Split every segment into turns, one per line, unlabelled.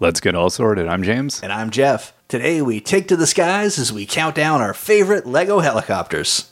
Let's get all sorted. I'm James.
And I'm Jeff. Today we take to the skies as we count down our favorite Lego helicopters.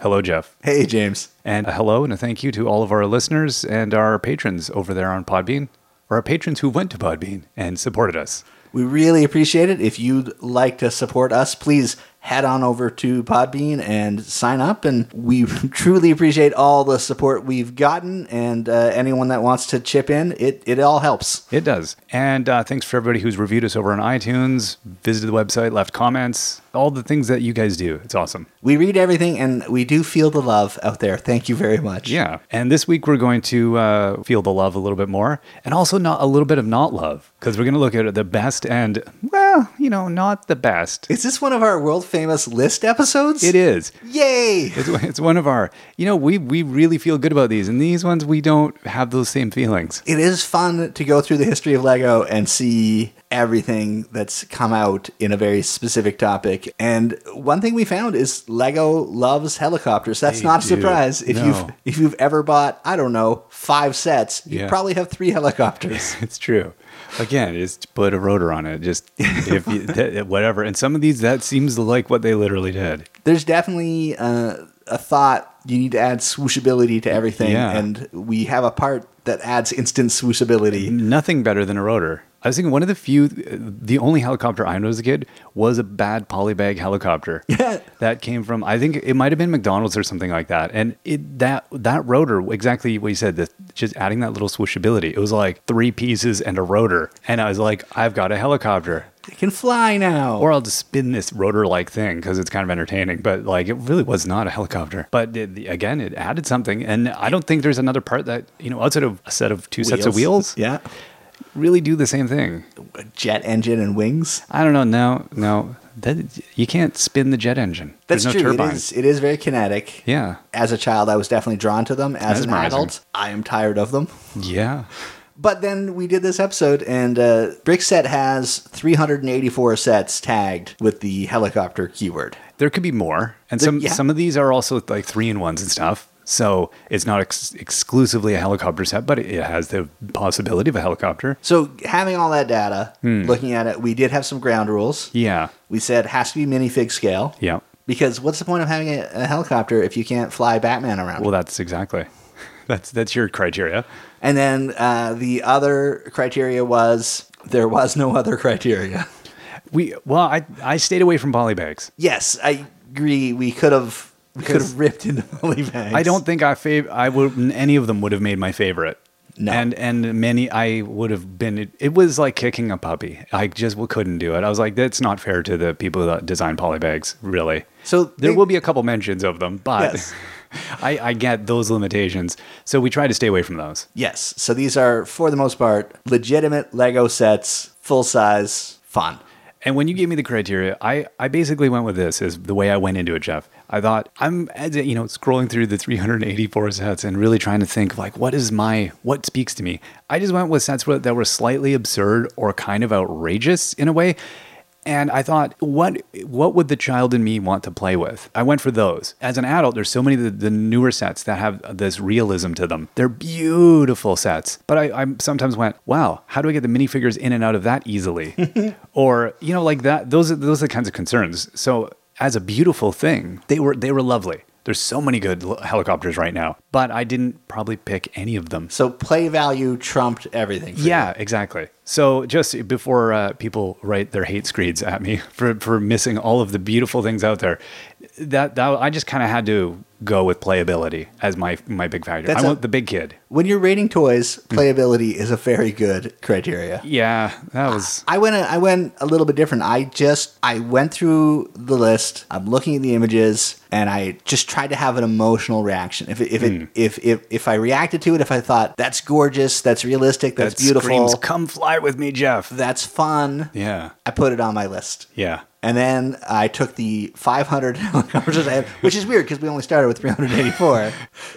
Hello, Jeff.
Hey, James.
And a hello and a thank you to all of our listeners and our patrons over there on Podbean, or our patrons who went to Podbean and supported us.
We really appreciate it. If you'd like to support us, please head on over to Podbean and sign up. And we truly appreciate all the support we've gotten and uh, anyone that wants to chip in. It, it all helps.
It does. And uh, thanks for everybody who's reviewed us over on iTunes, visited the website, left comments, all the things that you guys do. It's awesome.
We read everything and we do feel the love out there. Thank you very much.
Yeah. And this week we're going to uh, feel the love a little bit more and also not a little bit of not love because we're going to look at the best and, well, you know, not the best.
Is this one of our world famous list episodes?
It is.
Yay!
It's, it's one of our, you know, we, we really feel good about these. And these ones, we don't have those same feelings.
It is fun to go through the history of Lego and see everything that's come out in a very specific topic. And one thing we found is Lego loves helicopters. That's
They
not a
do.
surprise. If
No.
you've if you've ever bought, I don't know, five sets,
Yeah.
you probably have three helicopters.
It's true. Again, just put a rotor on it. Just if you, th- whatever. And some of these, that seems like what they literally did.
There's definitely uh, a thought you need to add swooshability to everything,
Yeah.
and we have a part that adds instant swooshability.
Nothing better than a rotor. I was thinking one of the few, the only helicopter I know as a kid was a bad polybag helicopter.
Yeah.
that came from. I think it might have been McDonald's or something like that. And it that that rotor exactly what you said. The, just adding that little swooshability. It was like three pieces and a rotor. And I was like, I've got a helicopter.
It can fly now.
or I'll just spin this rotor-like thing because it's kind of entertaining. But like, it really was not a helicopter. But it, the- again, it added something, and I don't think there's another part that you know outside of a set of two sets of wheels
Yeah.
really do the same thing.
A jet engine and wings.
I don't know. No, no, that, you can't spin the jet engine.
That's
there's no
true. It
turbines.
is, it is very kinetic.
Yeah,
As a child, I was definitely drawn to them. As an
Mesmerizing.
adult, I am tired of them.
yeah.
But then we did this episode, and uh, Brickset has 384 sets tagged with the helicopter keyword.
There could be more, and some
yeah.
some of these are also like three in ones and stuff. So it's not ex- exclusively a helicopter set, but it has the possibility of a helicopter.
So, having all that data,
Hmm.
looking at it, we did have some ground rules.
Yeah,
We said has to be minifig scale.
yeah.
Because what's the point of having a, a helicopter if you can't fly Batman around?
Well, that's exactly. That's that's your criteria.
and then uh, the other criteria was there was no other criteria.
We well, I I stayed away from polybags.
Yes, I agree. We could have we could have ripped into Molly Banks.
I don't think I fav- I would any of them would have made my favorite.
No.
And and many I would have been. It, it was like kicking a puppy. I just w- couldn't do it. I was like, that's not fair to the people that design polybags. Really.
So
there
they-
will be a couple mentions of them, but
Yes.
I, I get those limitations. So we try to stay away from those.
Yes, so these are for the most part legitimate Lego sets, full size, fun.
And when you gave me the criteria, I, I basically went with this as the way I went into it, Jeff. I thought I'm as- you know scrolling through the 384 sets and really trying to think like what is my what speaks to me. I just went with sets where- that were slightly absurd or kind of outrageous in a way. And I thought, what what would the child in me want to play with? I went for those. As an adult, there's so many of the, the newer sets that have this realism to them. They're beautiful sets. But I, I sometimes went, wow, how do I get the minifigures in and out of that easily? or you know, like that. Those are those are the kinds of concerns. So as a beautiful thing, they were they were lovely. There's so many good l- helicopters right now, but I didn't probably pick any of them.
So play value trumped everything. for you.
Yeah, exactly. So just before uh, people write their hate screeds at me for, for missing all of the beautiful things out there, that, that I just kind of had to go with playability as my my big factor.
That's
I
a-
want the big kid.
When you're rating toys, playability is a very good criteria.
Yeah, that was
I went a, I went a little bit different. I just I went through the list. I'm looking at the images and I just tried to have an emotional reaction. If it, if,
Hmm.
it, if if if I reacted to it, if I thought that's gorgeous, that's realistic, that's
that
beautiful,
Screams, Come fly with me, Jeff.
that's fun.
yeah,
I put it on my list.
yeah.
And then I took the 500 helicopters I had, which is weird because we only started with 384.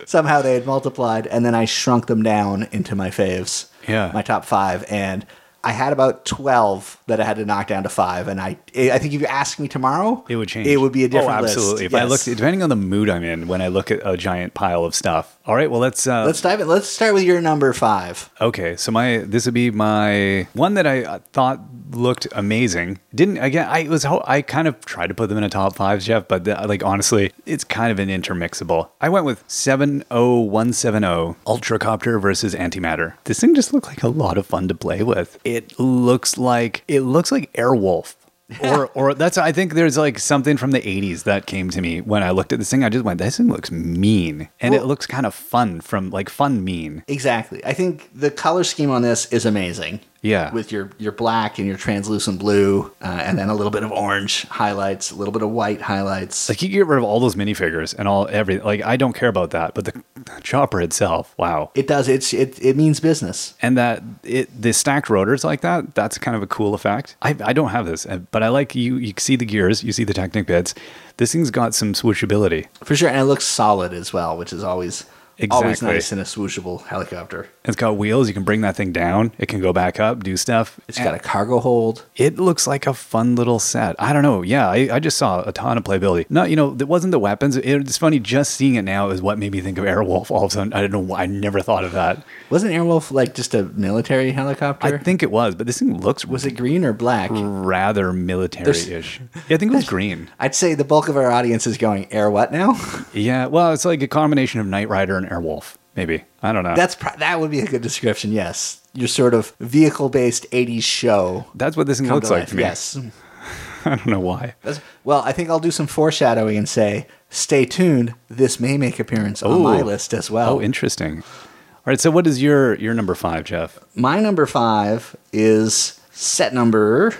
Somehow they had multiplied, and then I shrunk them down into my faves,
Yeah.
my top five. And I had about 12 that I had to knock down to five. And I I think if you ask me tomorrow,
It would change.
It would be a different
Oh,
list.
absolutely. If I
Yes.
look, depending on the mood I'm in, when I look at a giant pile of stuff. All right. Well, let's. Uh,
Let's dive in. Let's start with your number five.
Okay, so my this would be my one that I uh, thought looked amazing. Didn't again? I was ho- I kind of tried to put them in a top five, Jeff, but the, like honestly, it's kind of an intermixable. I went with seven oh one seven oh Ultracopter versus Antimatter. This thing just looked like a lot of fun to play with. It looks like it looks like Airwolf. or, or that's I think there's like something from the 80s that came to me when I looked at this thing. I just went, this thing looks mean, and it
Well-
looks kind of fun from like fun mean.
Exactly. I think the color scheme on this is amazing.
Yeah.
With your your black and your translucent blue, uh, and then a little bit of orange highlights, a little bit of white highlights.
Like you could get rid of all those minifigures and all everything. Like I don't care about that, but the chopper itself, wow.
it does. It's it, it means business.
And that it the stacked rotors like that, that's kind of a cool effect. I, I don't have this, uh, but I like you. You see the gears, you see the Technic bits. This thing's got some swooshability.
For sure, and it looks solid as well, which is always always
Exactly.
nice in a swooshable helicopter.
It's got wheels. You can bring that thing down. It can go back up, do stuff.
It's got a cargo hold.
it looks like a fun little set. I don't know. Yeah, I, I just saw a ton of playability. Not, you know, it wasn't the weapons. It's funny, just seeing it now is what made me think of Airwolf all of a sudden. I don't know why. I never thought of that.
Wasn't Airwolf like just a military helicopter?
I think it was, but this thing looks
was it green or black?
rather military-ish. Yeah, I think it was green.
I'd say the bulk of our audience is going air what now?
Yeah, well, it's like a combination of Knight Rider and Airwolf, maybe. I don't know.
That's pro- that would be a good description. Yes, your sort of vehicle-based '80s show.
That's what this thing
come
looks
to
like
life.
to me.
Yes.
I don't know why.
That's- well, I think I'll do some foreshadowing and say, stay tuned. This may make appearance on my
Ooh.
list as
Oh,
well.
interesting. All right, so what is your your number five, Jeff?
my number five is set number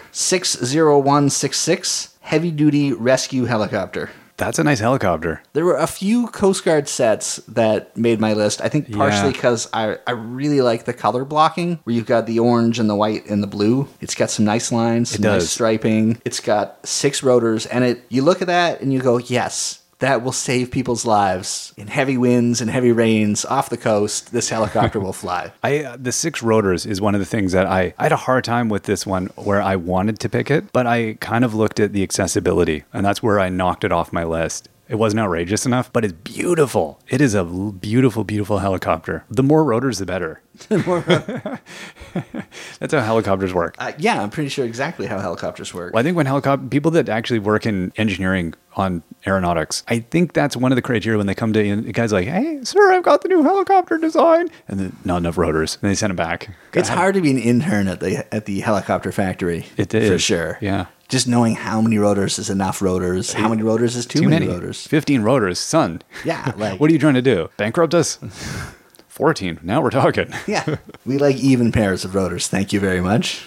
60166, heavy duty rescue helicopter.
That's a nice helicopter.
There were a few Coast Guard sets that made my list. I think partially
Yeah.
because I, I really like the color blocking, where you've got the orange and the white and the blue. It's got some nice lines, some nice
does.
striping. It's got six rotors, and it you look at that and you go, yes, that will save people's lives in heavy winds and heavy rains off the coast. This helicopter will fly.
I uh, the six rotors is one of the things that I I had a hard time with this one where I wanted to pick it, but I kind of looked at the accessibility, and that's where I knocked it off my list. It wasn't outrageous enough, but it's beautiful. It is a l- beautiful, beautiful helicopter. The more rotors, the better. That's how helicopters work.
Uh, yeah, I'm pretty sure exactly how helicopters work.
Well, I think when helicopter people that actually work in engineering on aeronautics, I think that's one of the criteria when they come to and the guy's like, "Hey, sir, I've got the new helicopter design," and then not enough rotors, and they send him back.
It's hard to be an intern at the at the helicopter factory.
It
for
is,
sure.
yeah.
just knowing how many rotors is enough rotors, how many rotors is too,
too
many,
many,
rotors.
15 rotors, son.
Yeah, like
What are you trying to do? Bankrupt us? 14. Now we're talking.
yeah, we like even pairs of rotors. Thank you very much.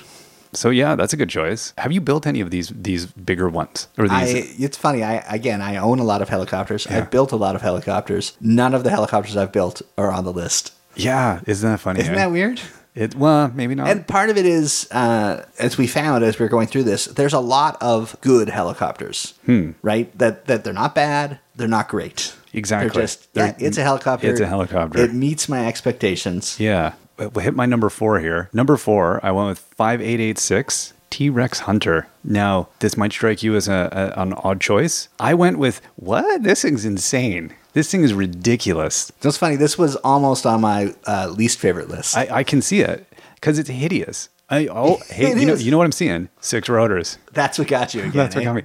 So yeah, that's a good choice. Have you built any of these these bigger ones or
I
these
it's funny. I again, I own a lot of helicopters. I built a lot of helicopters. None of the helicopters I've built are on the list.
Yeah, isn't that funny?
Isn't
eh?
that weird?
It well, maybe not.
And part of it is, uh, as we found as we were going through this, there's a lot of good helicopters,
Hmm.
right? That that they're not bad, they're not great.
Exactly.
They're just yeah,
They're-
it's a helicopter.
it's a helicopter.
It meets my expectations.
yeah. But We'll hit my number 4 here. Number 4, I went with 5886 T-Rex Hunter. Now, this might strike you as a, a an odd choice. I went with what? This thing's insane. This thing is ridiculous.
It's funny. This was almost on my uh, least favorite list.
I, I can see it because it's hideous. I oh, hey,
It
you know,
is.
you know what I'm seeing? Six rotors.
That's what got you again.
That's what
eh?
got me.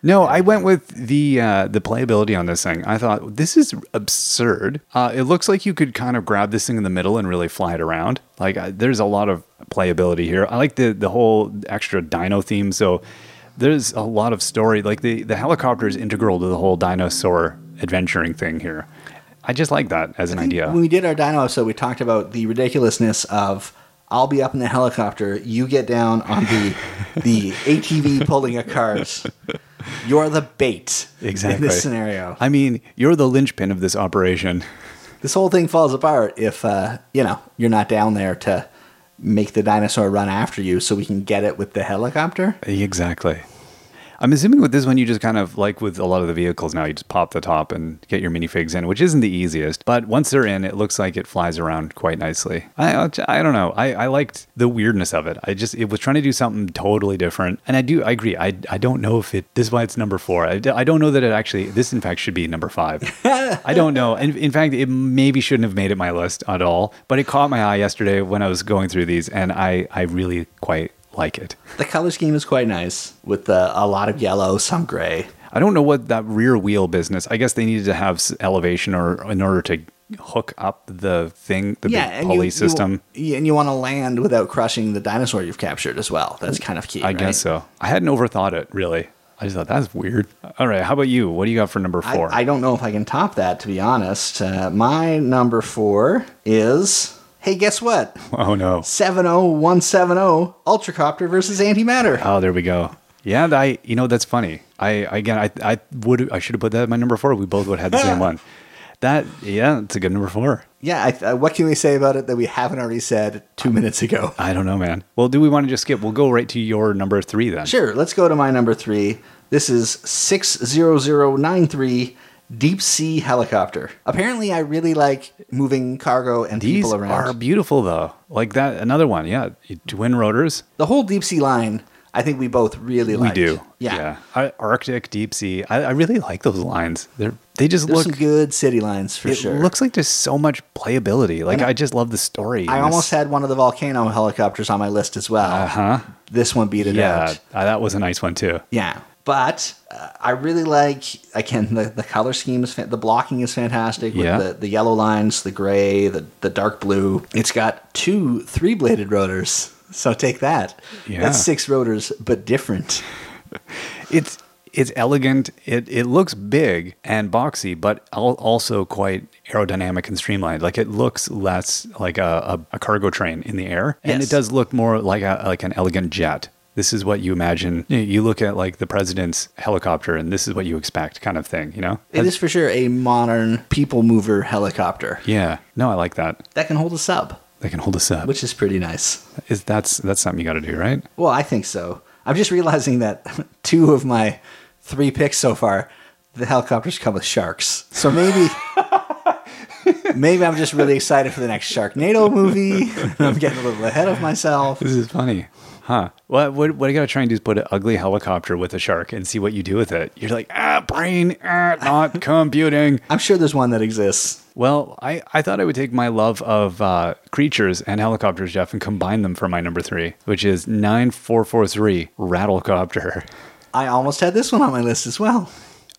No, I went with the uh, the playability on this thing. I thought this is absurd. Uh, it looks like you could kind of grab this thing in the middle and really fly it around. Like I, there's a lot of playability here. I like the the whole extra dino theme. So there's a lot of story. Like the the helicopter is integral to the whole dinosaur adventuring thing here. I just like that as an idea.
When we did our dino episode, we talked about the ridiculousness of I'll be up in the helicopter, you get down on the the ATV pulling a cart. You're the bait in
Exactly.
this scenario.
I mean, you're the linchpin of this operation.
This whole thing falls apart if uh, you know you're not down there to make the dinosaur run after you, so we can get it with the helicopter.
Exactly. I'm assuming with this one, you just kind of like with a lot of the vehicles now, you just pop the top and get your minifigs in, which isn't the easiest. But once they're in, it looks like it flies around quite nicely. I I don't know. I, I liked the weirdness of it. I just it was trying to do something totally different, and I do I agree. I I don't know if it this is why it's number four. I, I don't know that it actually this in fact should be number five. I don't know. And in fact, it maybe shouldn't have made it my list at all. But it caught my eye yesterday when I was going through these, and I I really quite like it.
The color scheme is quite nice with uh, a lot of yellow, some gray.
I don't know what that rear wheel business. I guess they needed to have s- elevation or in order to hook up the thing, the big pulley system.
You, and you want to land without crushing the dinosaur you've captured as well. That's kind of key.
Mm, I guess so. I hadn't overthought it really. I just thought that's weird. All right, how about you? What do you got for number four?
I, I don't know if I can top that, to be honest. Uh, my number four is hey, guess what?
oh no.
70170 Ultracopter versus Antimatter.
Oh, there we go. Yeah, th- I you know that's funny. I again I I would I should have put that at my number four. We both would have had the same one. That yeah, it's a good number four.
yeah, I, uh, what can we say about it that we haven't already said two minutes ago?
I don't know, man. Well, do we want to just skip? We'll go right to your number three then.
Sure, let's go to my number three. This is 60093 Deep Sea Helicopter. Apparently, I really like moving cargo and
These
people around.
are beautiful though. Like that another one. Yeah, twin rotors.
the whole deep sea line, I think we both really
We
like.
do.
Yeah.
I, Arctic, deep sea. I, I really like those lines. They're they just
There's
look.
some good city lines for
It
sure.
looks like there's so much playability. Like I just love the story.
I
and
almost
this-
had one of the volcano helicopters on my list as well.
Uh-huh.
This one beat it
Yeah,
out.
uh, that was a nice one too.
Yeah. But uh, I really like, again, the, the color scheme is, fan- the blocking is fantastic with
Yeah.
the, the yellow lines, the gray, the, the dark blue. It's got two three bladed rotors. So take that.
Yeah.
That's six rotors, but different.
It's it's elegant. It it looks big and boxy, but al- also quite aerodynamic and streamlined. Like it looks less like a, a, a cargo train in the air, and
Yes.
it does look more like a like an elegant jet. This is what you imagine. You- You look at like the president's helicopter, and this is what you expect, kind of thing. You know?
It is for sure a modern people mover helicopter
Yeah. No, I like that.
that can hold a sub,
They can hold us up.
which is pretty nice.
is that's that's something you got to do, right?
Well, I think so. I'm just realizing that two of my three picks so far, the helicopters come with sharks. So maybe, maybe I'm just really excited for the next Sharknado movie. I'm getting a little ahead of myself.
This is funny. Huh. What, what, what I got to try and do is put an ugly helicopter with a shark and see what you do with it. You're like, ah, brain, ah, not computing.
I'm sure there's one that exists.
Well, I, I thought I would take my love of uh, creatures and helicopters, Jeff, and combine them for my number three, which is 9443 Rattlecopter.
I almost had this one on my list as well.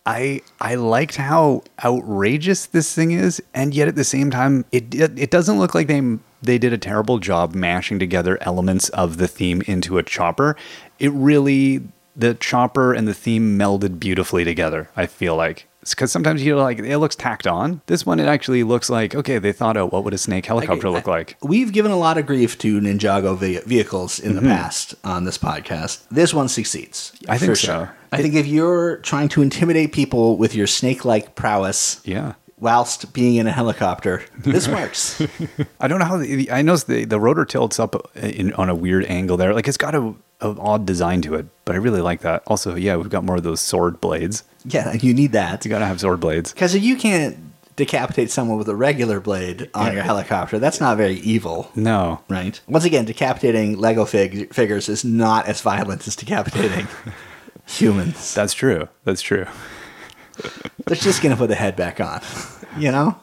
I I liked how outrageous this thing is, and yet at the same time, it it it doesn't look like they they did a terrible job mashing together elements of the theme into a chopper. It really the chopper and the theme melded beautifully together. I feel like because sometimes you're like it looks tacked on. This one it actually looks like okay they thought out what would a snake helicopter look like.
We've given a lot of grief to Ninjago ve- vehicles in the past on this podcast. This one succeeds.
Mm-hmm. I think
for
so.
sure. I think if you're trying to intimidate people with your snake-like prowess,
Yeah.
whilst being in a helicopter. This works.
I don't know how the, I noticed the, the rotor tilts up in, on a weird angle there. Like it's got a, a odd design to it, but I really like that. Also, yeah, we've got more of those sword blades.
yeah, you need that.
You gotta have sword blades.
Because you can't decapitate someone with a regular blade on your helicopter. That's not very evil.
No,
Right. Once again, decapitating Lego fig- figures is not as violent as decapitating humans.
that's true. That's true.
They're just going to put the head back on. You know?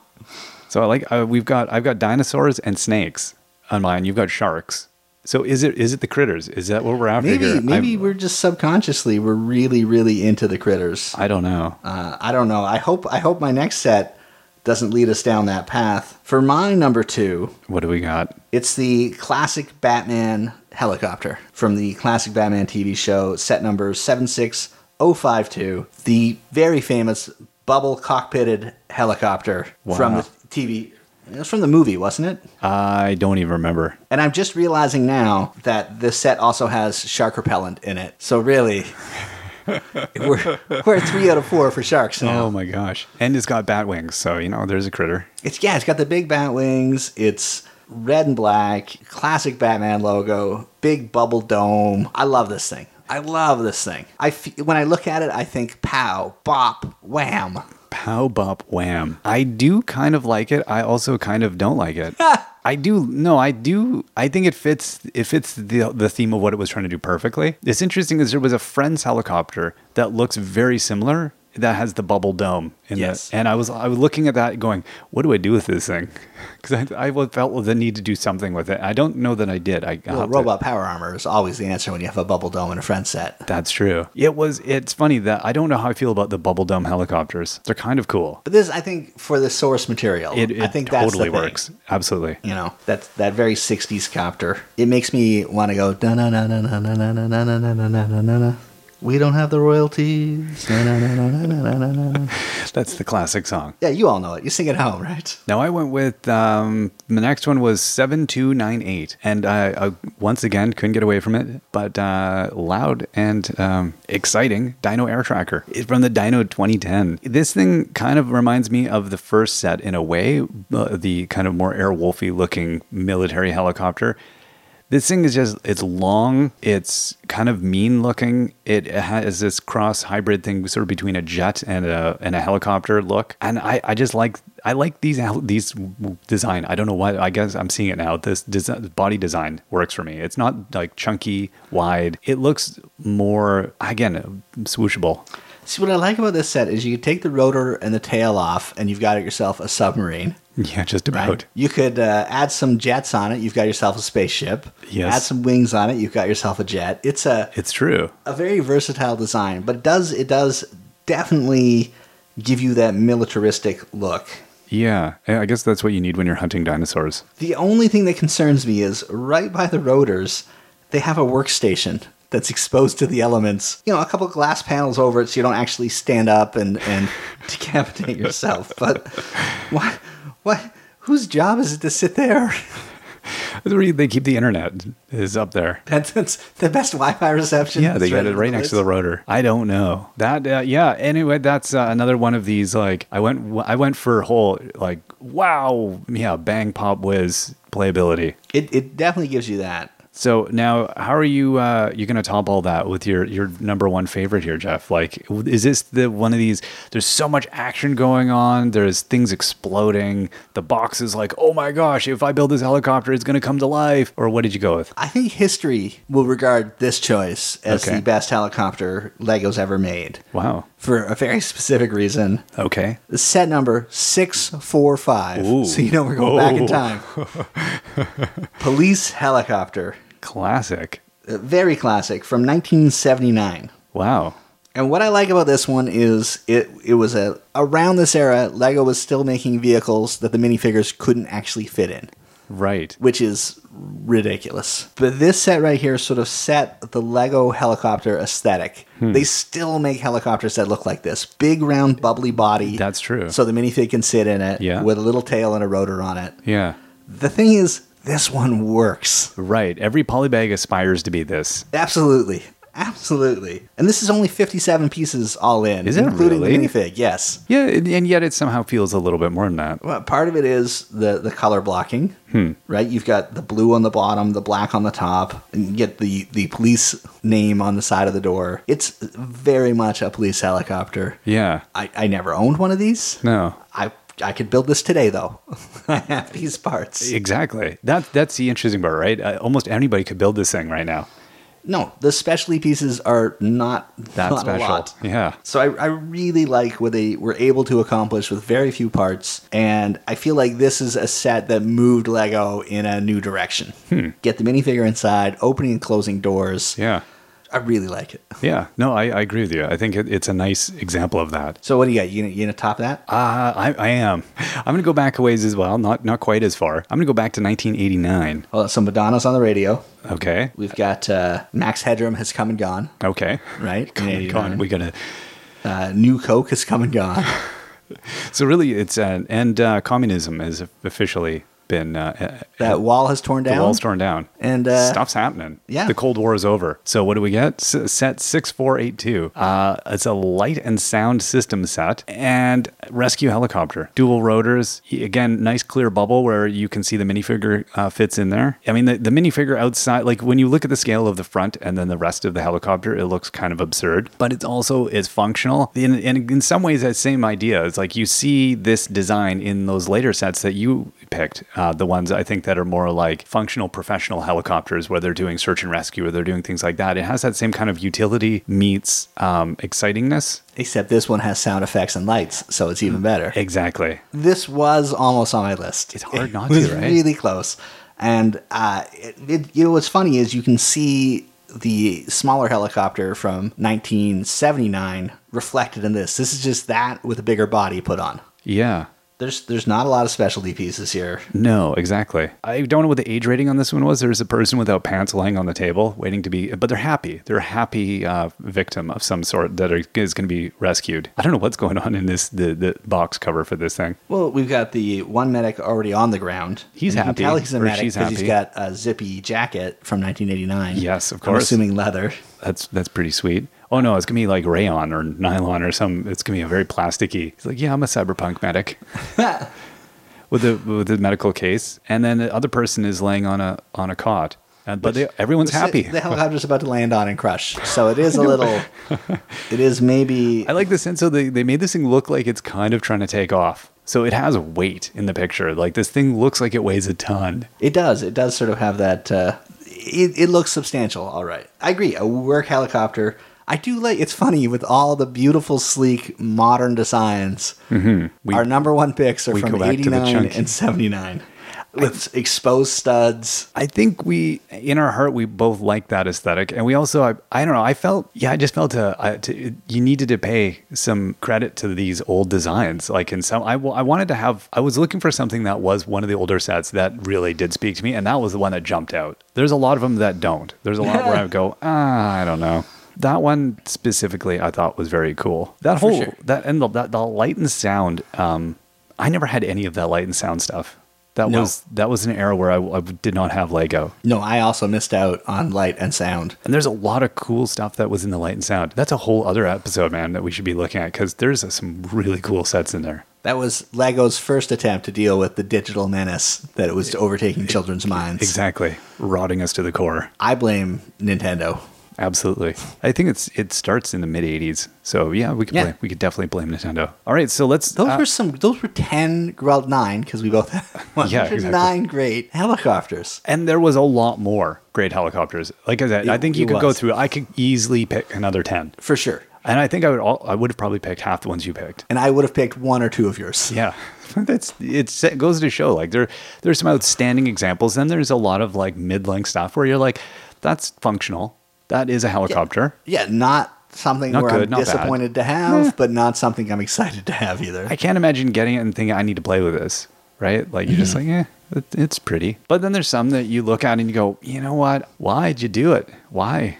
So I like uh, we've got I've got dinosaurs and snakes on mine. You've got sharks. So is it is it the critters? Is that what we're after
Maybe
here?
maybe
I,
we're just subconsciously we're really really into the critters.
I don't know.
Uh, I don't know. I hope I hope my next set doesn't lead us down that path. For my number 2,
What do we got?
It's the classic Batman helicopter from the classic Batman TV show, set number 76052. The very famous bubble cockpited helicopter from the
Wow.
TV. It was from the movie, wasn't it?
I don't even remember.
And I'm just realizing now that this set also has shark repellent in it. So really, we're, we're three out of four for sharks now.
Oh my gosh! And it's got bat wings, so you know there's a critter.
It's yeah, it's got the big bat wings. It's red and black, classic Batman logo, big bubble dome. I love this thing. I love this thing. I f- when I look at it, I think pow, bop, wham.
Pow bop wham. I do kind of like it. I also kind of don't like it. I do no, I do I think it fits it fits the the theme of what it was trying to do perfectly. It's interesting is there was a friend's helicopter that looks very similar that has the bubble dome in
Yes.
yes. And I was I was looking at that going, what do I do with this thing? Because I, I felt the need to do something with it. I don't know that I did. I I'll
Well,
have to-
robot power armor is always the answer when you have a bubble dome and a friend set.
That's true. It was. It's funny that I don't know how I feel about the bubble dome helicopters. They're kind of cool.
But this, I think, for the source material,
It, it
I think that's the
totally
thing.
works. Absolutely.
You know, that's that very '60s copter. It makes me want to go. "Da na na na na na na na na na na na na na na na. We don't have the royalties. Na na na na na na na na na.
That's the classic song.
Yeah, you all know it. You sing it home, right?
Now I went with um, the next one was seven two nine eight, and I, I once again couldn't get away from it. But uh, loud and um, exciting Dino Air Tracker It's from the Dino 2010. This thing kind of reminds me of the first set in a way, uh, the kind of more airwolfy looking military helicopter. This thing is just, it's long, it's kind of mean looking. It has this cross hybrid thing sort of between a jet and a, and a helicopter look. And I, I just like, I like these, hel- these w- design. I don't know why, I guess I'm seeing it now. This design, body design works for me. It's not like chunky, wide. It looks more, again, swooshable.
See, what I like about this set is you can take the rotor and the tail off, and you've got yourself a submarine.
Yeah, just about.
You could uh, add some jets on it. You've got yourself a spaceship.
Yes.
Add some wings on it. You've got yourself a jet. It's a
It's true.
a very versatile design, but it does it does definitely give you that militaristic look.
Yeah. I guess that's what you need when you're hunting dinosaurs.
The only thing that concerns me is right by the rotors, they have a workstation that's exposed to the elements. You know, a couple glass panels over it so you don't actually stand up and, and decapitate yourself. But what what whose job is it to sit there?
That's where they keep the internet is up there.
That's, that's the best Wi-Fi reception.
Yeah, they
It's
got it right next to the
place.
rotor. I don't know that. Uh, yeah. Anyway, that's uh, another one of these. Like I went, I went for whole like wow, yeah, bang pop whiz playability.
It it definitely gives you that.
So now, how are you? Uh, you gonna top all that with your your number one favorite here, Jeff? Like, w- is this the one of these? There's so much action going on. There's things exploding. The box is like, oh my gosh, if I build this helicopter, it's gonna come to life. Or what did you go with?
I think history will regard this choice as
Okay.
the best helicopter Lego's ever made
Wow.
for a very specific reason.
Okay.
The set number 645.
Ooh.
So you know we're going back in
Whoa.
time. Police helicopter.
Classic.
Uh, Very classic from 1979.
Wow.
And what I like about this one is it it was a around this era Lego was still making vehicles that the minifigures couldn't actually fit in.
Right.
which is ridiculous. But this set right here sort of set the Lego helicopter aesthetic.
Hmm.
They still make helicopters that look like this big, round, bubbly body.
That's true.
So the minifig can sit in it
Yeah.
with a little tail and a rotor on it.
Yeah.
The thing is, this one works.
Right. Every polybag aspires to be this.
Absolutely. Absolutely. And this is only 57 pieces all in,
Is it
including
really?
the minifig, yes.
Yeah, and and yet it somehow feels a little bit more than that.
Well, part of it is the the color blocking, right? You've got the blue on the bottom, the black on the top, and you get the the police name on the side of the door. It's very much a police helicopter.
Yeah.
I, I never owned one of these.
No.
I I could build this today though. I have these parts.
Exactly. That that's the interesting part, right? Uh, almost anybody could build this thing right now.
No, the specialty pieces are not
That
not
special.
A lot.
Yeah.
So I, I really like what they were able to accomplish with very few parts, and I feel like this is a set that moved Lego in a new direction. Get the minifigure inside, opening and closing doors.
Hmm. Yeah.
I really like it.
Yeah. No, I, I agree with you. I think it, it's a nice example of that.
So what do you got? You gonna, you gonna top that?
Uh, I, I am. I'm going to go back a ways as well. Not not quite as far. I'm going to go back to 1989.
Well, Oh, some Madonna's on the radio.
Okay.
We've got uh, Max Headroom has come and gone,
Okay.
right?
Come on, come on. We got to.
uh, New Coke has come and gone.
So really, it's uh, and uh, communism is officially been uh,
That wall has torn down.
the wall's torn down
And, uh,
stuff's happening.
yeah.
the Cold War is over. So what do we get? S- set six four eight two. Uh, it's a light and sound system set and rescue helicopter, dual rotors. Y- Again, nice clear bubble where you can see the minifigure uh, fits in there. I mean, the, the minifigure outside, like when you look at the scale of the front and then the rest of the helicopter, it looks kind of absurd. But it's also is functional. In, in in some ways, that same idea. It's like you see this design in those later sets that you picked. Uh, the ones I think that are more like functional professional helicopters, where they're doing search and rescue or they're doing things like that. It has that same kind of utility meets um, excitingness.
Except this one has sound effects and lights, so it's
Hmm.
even better.
Exactly.
this was almost on my list.
It's hard
It
not to,
was
right?
Really close. And uh, it, it, you know what's funny is you can see the smaller helicopter from 1979 reflected in this. This is just that with a bigger body put on.
Yeah.
There's there's not a lot of specialty pieces here.
No, exactly. I don't know what the age rating on this one was. There's a person without pants lying on the table, waiting to be, but they're happy. They're a happy uh, victim of some sort that are, is going to be rescued. I don't know what's going on in this the, the box cover for this thing.
Well, we've got the one medic already on the ground.
He's
And you
happy,
Can tell he's a
or
medic
she's
because he's
happy.
got a zippy jacket from 1989.
Yes, of
I'm
course.
assuming leather.
That's that's pretty sweet. Oh no, it's gonna be like rayon or nylon or some. It's gonna be a very plasticky. He's like, yeah, I'm a cyberpunk medic. with the with the medical case, and then the other person is laying on a on a cot, and, but they, everyone's
The si-
happy.
The helicopter's about to land on and crush. So it is a little. it is maybe.
I like the sense of they, they made this thing look like it's kind of trying to take off. So it has weight in the picture. Like this thing looks like it weighs a ton.
It does. It does sort of have that. Uh, it, it looks substantial. All right. I agree. A work helicopter. I do like. It's funny with all the beautiful, sleek, modern designs.
Mm-hmm. We-
our number one picks are
we go
from
back to the
'89
chunky.
and '79 with exposed studs.
I think we, in our heart, we both like that aesthetic, and we also, I, I don't know, I felt, yeah, I just felt uh uh, to, you needed to pay some credit to these old designs. Like in some, I, wa- I wanted to have, I was looking for something that was one of the older sets that really did speak to me, and that was the one that jumped out. There's a lot of them that don't. There's a lot where I go, ah, I don't know. That one specifically, I thought was very cool. That whole
sure.
that and the, that the light and sound. Um, I never had any of that light and sound stuff. That
No.
was that was an era where I, I did not have Lego.
No, I also missed out on light and sound.
And there's a lot of cool stuff that was in the light and sound. That's a whole other episode, man, that we should be looking at because there's uh, some really cool sets in there.
That was Lego's first attempt to deal with the digital menace that it was overtaking children's minds.
Exactly, rotting us to the core.
I blame Nintendo.
Absolutely. I think it's it starts in the mid '80s. So yeah, we could
Yeah.
blame, we could definitely blame Nintendo. All right, so let's.
Those
uh,
were some. Those were ten, well, nine, because we both had one.
Yeah,
Those were
exactly.
nine great helicopters.
and there was a lot more great helicopters. Like I said, I think you
it
could go
was.
through. I could easily pick another ten,
For sure.
and I think I would. All, I would have probably picked half the ones you picked.
And I would have picked one or two of yours.
Yeah, that's it's, it goes to show like there there's some outstanding examples. Then there's a lot of like mid-length stuff where you're like, that's functional. That is a helicopter.
Yeah, not something
Not
where
good,
I'm
not bad.
disappointed to have, but not something I'm excited to have either.
I can't imagine getting it and thinking I need to play with this, right? Like you're just like, eh, it, it's pretty. But then there's some that you look at and you go, you know what? Why'd you do it? Why?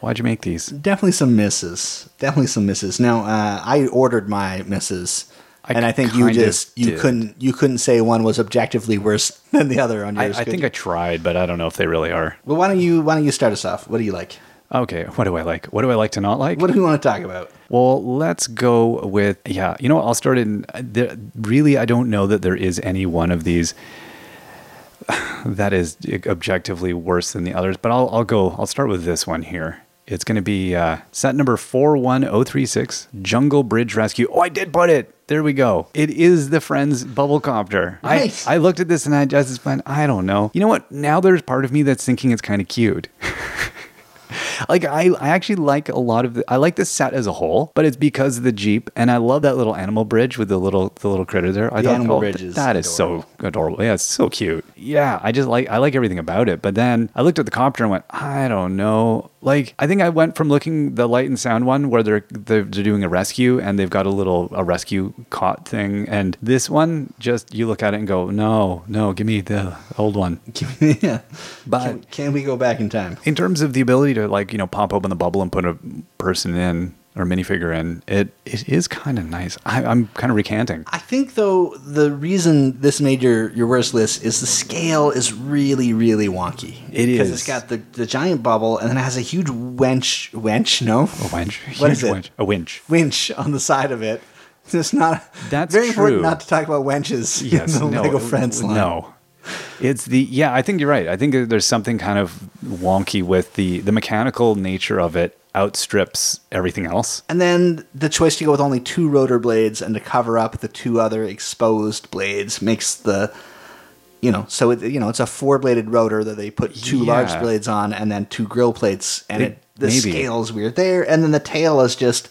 Why'd you make these?
Definitely some misses. Definitely some misses. Now, uh, I ordered my misses.
I
and I think you
kinda
just you
did.
couldn't you couldn't say one was objectively worse than the other on
I,
yours.
I
could
think
you?
I tried, but I don't know if they really are.
well, why don't you why don't you start us off? What do you like?
Okay, what do I like? What do I like to not like?
What do we want to talk about?
Well, let's go with yeah. You know, what? I'll start in. There, really, I don't know that there is any one of these that is objectively worse than the others. But I'll I'll go. I'll start with this one here. It's going to be uh, set number four one zero three six Jungle Bridge Rescue. Oh, I did put it. There we go. It is the Friends Bubblecopter.
Nice.
I I looked at this and I just went, I don't know. You know what? Now there's part of me that's thinking it's kind of cute. Like I, I actually like a lot of the I like the set as a whole, but it's because of the Jeep and I love that little animal bridge with the little the little critter there. I
The animal
th-
bridge is
that is so adorable. Yeah, it's so cute. Yeah, I just like I like everything about it. But then I looked at the copter and went, I don't know. Like I think I went from looking the light and sound one where they're they're, they're doing a rescue and they've got a little a rescue cot thing, and this one just you look at it and go, no, no, give me the old one.
yeah.
But-
can, can we go back in time?
in terms of the ability to like you know pop open the bubble and put a person in or minifigure, and it it is kind of nice. I, I'm kind of recanting.
I think though the reason this made your, your worst list is the scale is really really wonky.
It
because
is.
it's got the, the giant bubble and then it has a huge wench wench no
A winch, huge
What is it?
winch, a winch.
winch on the side of it. It's not.
That's
very important
true.
not to talk about wenches
Yes,
in the
no, uh,
Lego Friends line.
No, it's the yeah. I think you're right. I think that there's something kind of wonky with the the mechanical nature of it outstrips everything else.
And then the choice to go with only two rotor blades and to cover up the two other exposed blades makes the, you know, so it, you know it's a four bladed rotor that they put two large
Yeah.
blades on and then two grill plates, and
They-
it, the
maybe.
scale's weird there, and then the tail is just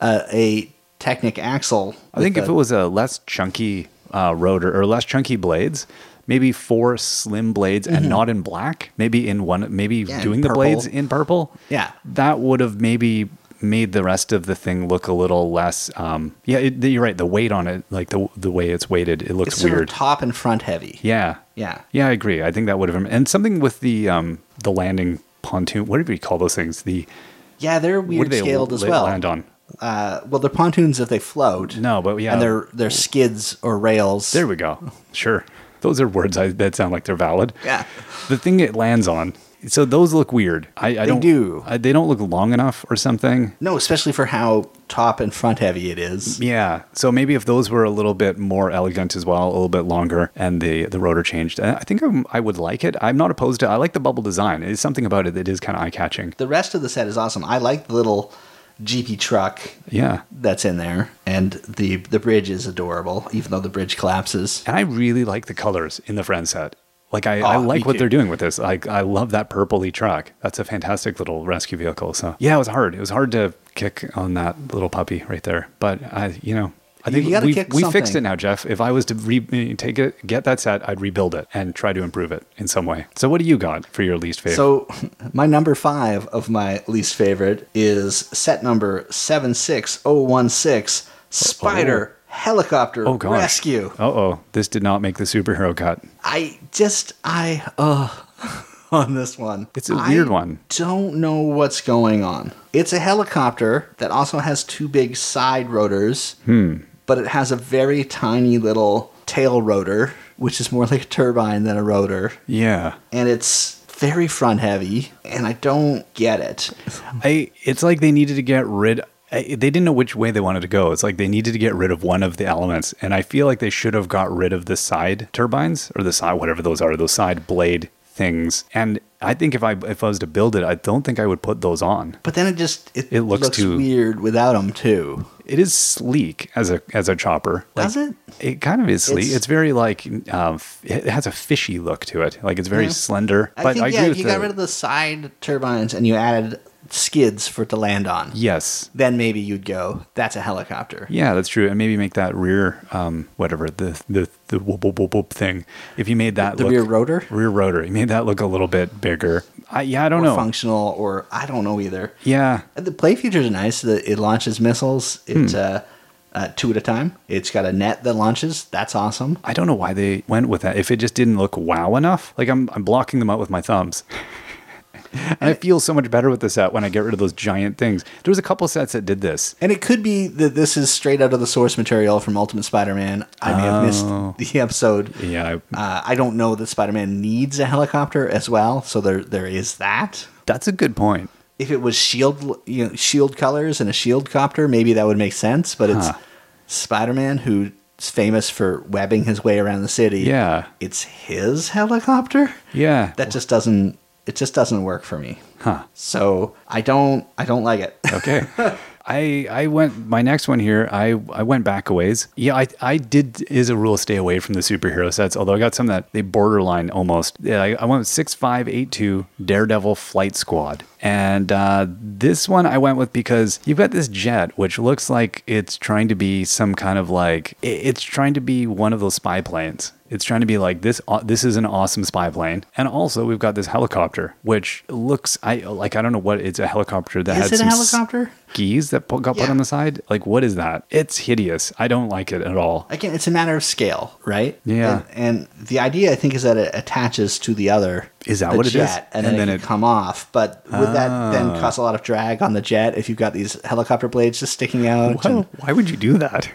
uh, a Technic axle.
I think if it was a less chunky uh, rotor or less chunky blades, maybe four slim blades and not in black, maybe in one, maybe
Mm-hmm. in
doing the
purple.
blades in purple.
Yeah.
That would have maybe made the rest of the thing look a little less. Um, yeah, it, you're right. The weight on it, like the, the way it's weighted, it looks
it's sort
weird.
of top and front heavy.
yeah.
Yeah.
Yeah, I agree. I think that would have been, and something with the, um, the landing pontoon, what do we call those things? The,
Yeah, they're
what
weird
do they
scaled as
la-
well.
land on?
Uh, well, they're pontoons if they float.
No, but yeah.
and they're they're skids or rails.
There we go. Sure. Those are words I, that sound like they're valid.
Yeah.
The thing it lands on. So those look weird. I, I they don't
do.
I, they don't look long enough or something.
No, especially for how top and front heavy it is.
Yeah. So maybe if those were a little bit more elegant as well, a little bit longer, and the the rotor changed, I I think I'm, I would like it. I'm not opposed to. I like the bubble design. It's something about it that is kind of eye catching.
The rest of the set is awesome. I like the little GP truck
Yeah.
that's in there, and the the bridge is adorable, even though the bridge collapses.
And I really like the colors in the friend set. Like I, I
Ah, me
like what
too.
they're doing with this. I I love that purpley truck. That's a fantastic little rescue vehicle. So yeah, it was hard. It was hard to kick on that little puppy right there. But I, you know, I
You
think
gotta
we
kick
we fixed
something.
it now, Jeff. If I was to re- eh, take it, get that set, I'd rebuild it and try to improve it in some way. So what do you got for your least favorite?
So, my number five of my least favorite is set number 76016 Spider Helicopter
oh gosh,
Rescue.
Uh oh, this did not make the superhero cut.
I just, I, uh, on this one.
It's a
I
weird one.
Don't know what's going on. It's a helicopter that also has two big side rotors,
Hmm.
but it has a very tiny little tail rotor, which is more like a turbine than a rotor.
Yeah.
and it's very front heavy, and I don't get it.
I it's like they needed to get rid I- they didn't know which way they wanted to go. It's like they needed to get rid of one of the elements and I feel like they should have got rid of the side turbines or the side whatever those are, those side blade things. And I think if I if I was to build it, I don't think I would put those on.
But then it just it,
It looks too-
weird without them too.
It is sleek as a as a chopper. Like,
Does it?
It kind of is sleek.
It's-
It's, very like uh, f- it has a fishy look to it. Like it's very
Yeah.
slender.
I
but
think
I agree
yeah, if
with
you
the,
got rid of the side turbines and you added skids for it to land on,
yes.
then maybe you'd go. That's a helicopter.
Yeah, that's true. And maybe make that rear, um, whatever the the the whoop, whoop, whoop, whoop thing. If you made that
The
look,
rear rotor?
rear rotor, you made that look a little bit bigger. I, yeah, I don't
Or
know.
functional, or I don't know either.
Yeah,
The play features are nice. The- It launches missiles. It's
Hmm.
uh, uh, two at a time. It's got a net that launches. That's awesome.
I don't know why they went with that. If it just didn't look wow enough, like I'm I'm blocking them out with my thumbs. and I feel so much better with the set when I get rid of those giant things. There was a couple sets that did this.
And it could be that this is straight out of the source material from Ultimate Spider-Man. I may
Oh.
have missed the episode.
Yeah, I,
Uh, I don't know that Spider-Man needs a helicopter as well, so there there is that.
that's a good point.
If it was shield you know, shield colors and a shield copter, maybe that would make sense. But it's
Huh.
Spider-Man who's famous for webbing his way around the city.
Yeah.
it's his helicopter.
Yeah,
That just doesn't it just doesn't work for me.
Huh.
So I don't I don't like it.
Okay. I I went my next one here. I I went back a ways. Yeah, I I did is a rule stay away from the superhero sets. Although I got some that they borderline almost. Yeah, I, I went with six five eight two Daredevil Flight Squad, and uh, this one I went with because you've got this jet which looks like it's trying to be some kind of like it- it's trying to be one of those spy planes. It's trying to be like this. aw this is an awesome spy plane, and also we've got this helicopter, which looks I like I don't know what it's a helicopter that
Is
had
it a
some s-
helicopter?
skis that pu- got put
Yeah.
on the side. Like what is that? It's hideous. I don't like it at all.
Again, it's a matter of scale, right?
Yeah.
And, and the idea, I think, is that it attaches to the other.
Is that
the
what it is?
jet, And,
And
then,
then
it can
it- Oh.
come off. But would that then cause a lot of drag on the jet if you've got these helicopter blades just sticking out? And,
Well, why would you do that?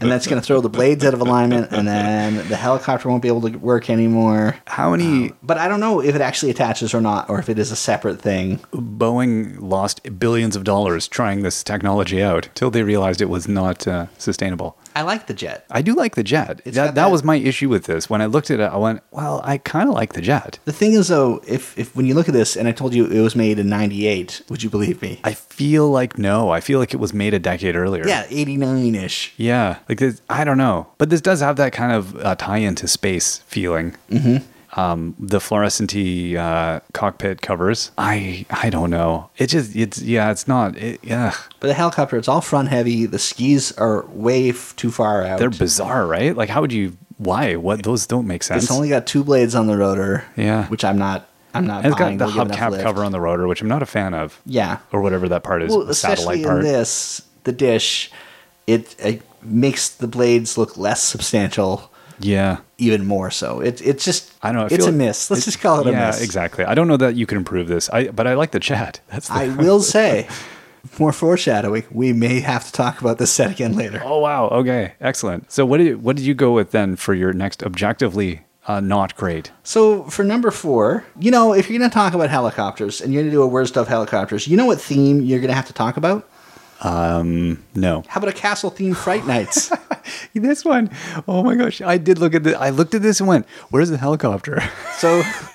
and that's going to throw the blades out of alignment, and then the helicopter won't be able to work anymore.
How many
But I don't know if it actually attaches or not, or if it is a separate thing.
Boeing lost billions of dollars trying this technology out till they realized it was not uh, sustainable.
I like the jet.
I do like the jet. That,
got
that
that-
was my issue with this. When I looked at it, I went, "Well, I kind of like the jet."
The thing is, though, if, if when you look at this, and I told you it was made in '98, would you believe me?
I feel like no. I feel like it was made a decade earlier.
yeah, '89 ish.
Yeah. Like this, I don't know, but this does have that kind of uh, tie into space feeling. Mm-hmm. Um, the fluorescenty uh, cockpit covers. I I don't know. It just it's yeah. It's not. It, yeah.
But the helicopter, it's all front heavy. The skis are way f- too far out.
They're bizarre, right? Like how would you? Why? What? Those don't make sense.
it's only got two blades on the rotor.
Yeah.
which I'm not. I'm not.
And it's got
buying.
the
They'll give enough
hubcap
lift.
cover on the rotor, which I'm not a fan of.
Yeah.
Or whatever that part is,
Well,
the satellite
especially
part.
in this, the dish, it, it makes the blades look less substantial.
Yeah.
Even more so. It, it's just.
I don't know. I
it's
feel-
a miss. Let's just call it a
yeah,
miss.
exactly. I don't know that you can improve this. I but I like the chat. That's the,
I will say, more foreshadowing. We may have to talk about this set again later.
Oh wow. Okay. Excellent. So what did you, what did you go with then for your next objectively uh, not great?
So for number four, you know, if you're going to talk about helicopters and you're going to do a worst of helicopters, you know what theme you're going to have to talk about?
No.
How about a castle themed fright nights?
This one. Oh my gosh. I did look at this. I looked at this and went, "Where's the helicopter?"
so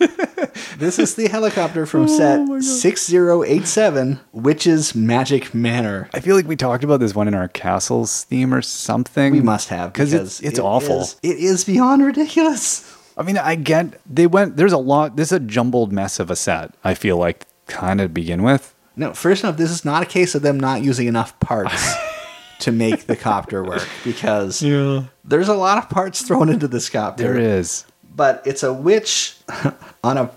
this is the helicopter from
Oh
set 6087, Witch's Magic Manor.
I feel like we talked about this one in our castles theme or something.
We must have
because
because
it's, it's
it
awful.
is- it is beyond ridiculous.
I mean, I get they went. There's a lot. This is a jumbled mess of a set. I feel like kind of to begin with.
No, first off, this is not a case of them not using enough parts to make the copter work because
Yeah,
there's a lot of parts thrown into this copter.
there is.
but it's a witch on a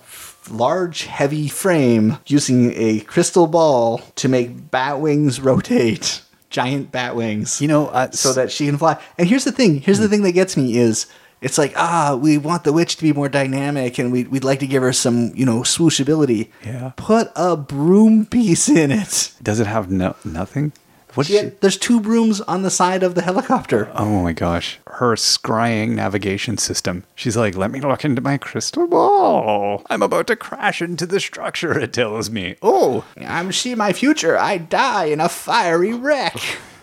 large heavy frame using a crystal ball to make bat wings rotate giant bat wings
You know, uh,
so that she can fly and here's the thing here's the
Hmm.
thing that gets me is it's like ah we want the witch to be more dynamic and we'd, we'd like to give her some you know swooshability
Yeah.
put a broom piece in it
does it have no nothing? What?
She had- there's two brooms on the side of the helicopter
Oh my gosh, her scrying navigation system. She's like, let me look into my crystal ball. I'm about to crash into the structure, it tells me. Oh,
i'm she my future i die in a fiery wreck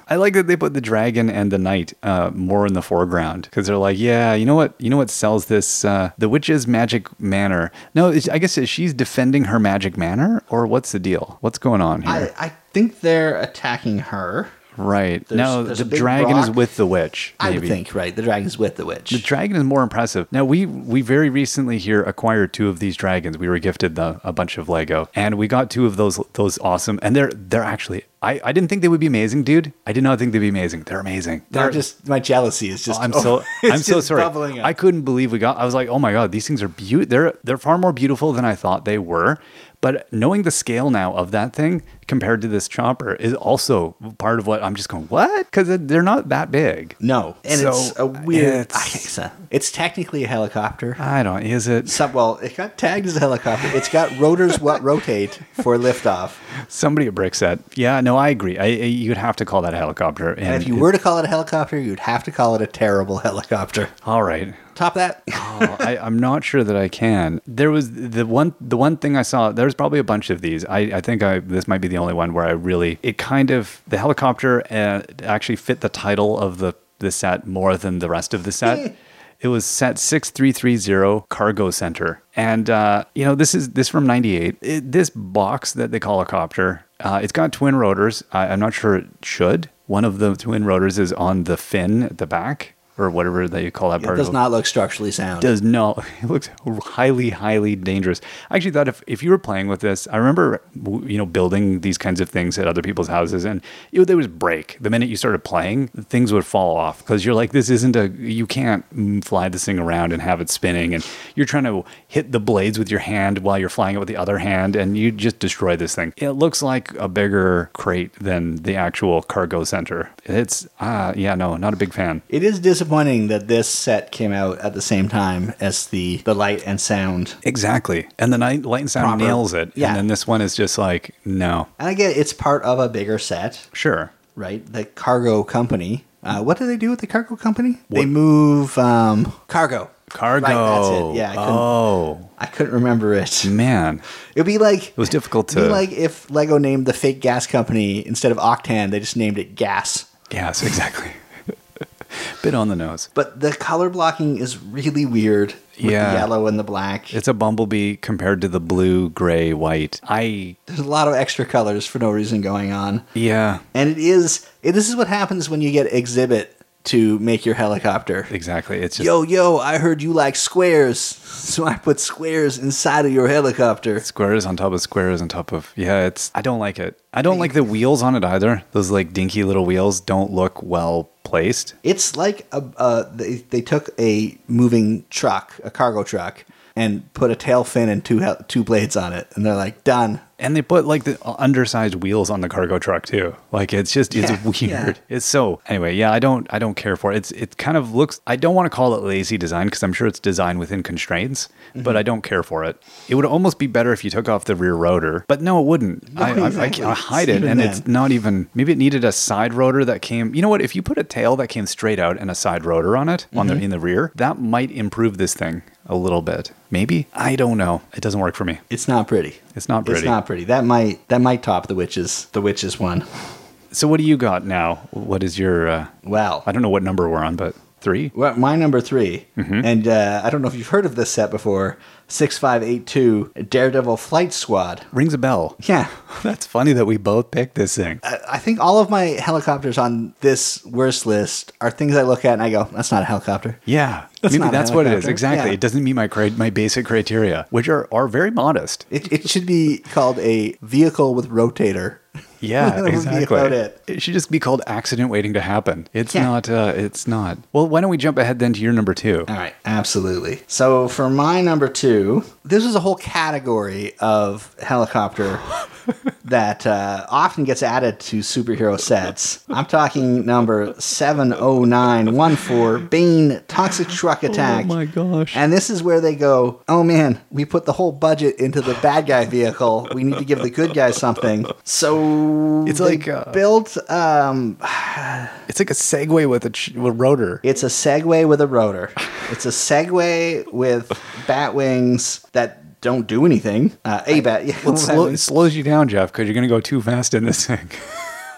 I like that they put the dragon and the knight uh, more in the foreground because they're like, yeah, you know what, you know what sells this? Uh, the witch's magic manor. No, it's, I guess it's- she's defending her magic manor, or what's the deal? What's going on
I,
here?
I think they're attacking her.
right.
there's-
no,
there's
the
a big
dragon is
rock.
with the witch.
I
Maybe.
would think, right? The dragon's with the witch.
The dragon is more impressive. Now we we very recently here acquired two of these dragons. We were gifted the, a bunch of Lego, and we got two of those those awesome. And they're they're actually I, I didn't think they would be amazing, dude. I did not think they'd be amazing. They're amazing.
I'm
They're-
just my jealousy is just.
Oh, I'm so
it's
I'm so
just
sorry.
bubbling up.
I couldn't believe we got. I was like, oh my god, these things are beautiful. They're they're far more beautiful than I thought they were. But knowing the scale now of that thing compared to this chopper is also part of what I'm just going what because they're not that big.
no, and
So,
it's a weird.
it's-
I think It's, a, it's technically a helicopter.
I don't. Is it?
Some, well, it got tagged as a helicopter. It's got rotors what rotate for liftoff.
Somebody at Brickset. Yeah, no, I agree. I, I you'd have to call that a helicopter. And,
And if you were to call it a helicopter, you'd have to call it a terrible helicopter.
all right.
Top that.
Oh, I, I'm not sure that I can. There was the one the one thing I saw. There's probably a bunch of these. I, I think I this might be the only one where I really it kind of the helicopter uh, actually fit the title of the the set more than the rest of the set. It was set 6330 cargo center. And, uh, you know, this is this from 98. It, this box that they call a copter, uh, it's got twin rotors. I, I'm not sure it should. One of the twin rotors is on the fin at the back. or whatever that you call that
It
particle
does not look structurally sound.
does not. It looks highly, highly dangerous. I actually thought if, if you were playing with this, I remember you know building these kinds of things at other people's houses, and you know, they would break the minute you started playing. Things would fall off because you're like, this isn't a. You can't mm, fly this thing around and have it spinning, and you're trying to hit the blades with your hand while you're flying it with the other hand, and you just destroy this thing. It looks like a bigger crate than the actual cargo center. It's uh, yeah, no, not a big fan.
It is disappointing that this set came out at the same time as the the light and sound.
Exactly. And the night, light and sound
Proper.
nails it.
Yeah.
And then this one is just like, no.
And I get it's part of a bigger set,
Sure.
right? The cargo company. Uh, what do they do with the cargo company? They move um, cargo.
Cargo.
Right, that's it. Yeah, I couldn't-
oh,
I couldn't remember it.
man.
It'd be like it
was difficult
It'd
to-
be like if Lego named the fake gas company instead of Octan, they just named it Gas.
Yes, exactly. Bit on the nose.
But the color blocking is really weird with
Yeah.
the yellow and the black.
It's a bumblebee compared to the blue, gray, white. I,
There's a lot of extra colors for no reason going on.
yeah,
And it is it, this is what happens when you get exhibit to make your helicopter.
exactly. It's just
Yo yo, I heard you like squares, so I put squares inside of your helicopter.
squares on top of squares on top of, yeah, it's, I don't like it. I don't like the wheels on it either. Those like dinky little wheels don't look well placed.
It's like a, uh, they, they took a moving truck, a cargo truck, and put a tail fin and two hel- two blades on it, and they're like done.
And they put like the undersized wheels on the cargo truck too. Like it's just it's
Yeah,
weird.
yeah.
It's so anyway. Yeah, I don't I don't care for it. It's it kind of looks. I don't want to call it lazy design because I'm sure it's designed within constraints,
Mm-hmm.
but I don't care for it. It would almost be better if you took off the rear rotor, but no, it wouldn't. I, I-
exactly.
I, I hide it,
Even
and
then.
it's not even. Maybe it needed a side rotor that came. You know what? If you put a tail that came straight out and a side rotor on it on the
Mm-hmm.
in the rear, that might improve this thing a little bit. Maybe I don't know. It doesn't work for me.
It's not pretty.
It's not pretty.
It's not pretty. That might that might top the witches. The witches one.
So what do you got now? What is your? Uh,
Well,
I don't know what number we're on, but three.
well my number 3
Mm-hmm.
and uh, I don't know if you've heard of this set before. Six five eight two Daredevil Flight Squad.
Rings a bell.
Yeah,
That's funny that we both picked this thing.
I, I think all of my helicopters on this worst list are things I look at and I go, "That's not a helicopter."
Yeah,
That's
maybe
not a
that's what it is.
helicopter.
Exactly.
Yeah.
It doesn't meet my cri- my basic criteria, which are are very modest.
It, it should be called a vehicle with rotator.
Yeah,
That would be
exactly.
about it.
should just be called accident waiting to happen. It's
Yeah.
not. Uh, it's not. Well, why don't we jump ahead then to your number two?
All right, absolutely. So for my number two, this is a whole category of helicopter that uh, often gets added to superhero sets. I'm talking number 70914, Bane Toxic Truck Attack.
Oh my gosh.
And this is where they go, oh man, we put the whole budget into the bad guy vehicle. We need to give the good guys something. So
It's
they
like, uh,
built um,
It's like a Segway with a, ch- with a rotor.
it's a Segway with a rotor. It's a Segway with bat wings that don't do anything. Uh, a bat, yeah,
It,
bat
slow, it
wings.
slows you down, Jeff, because you're going to go too fast in this thing.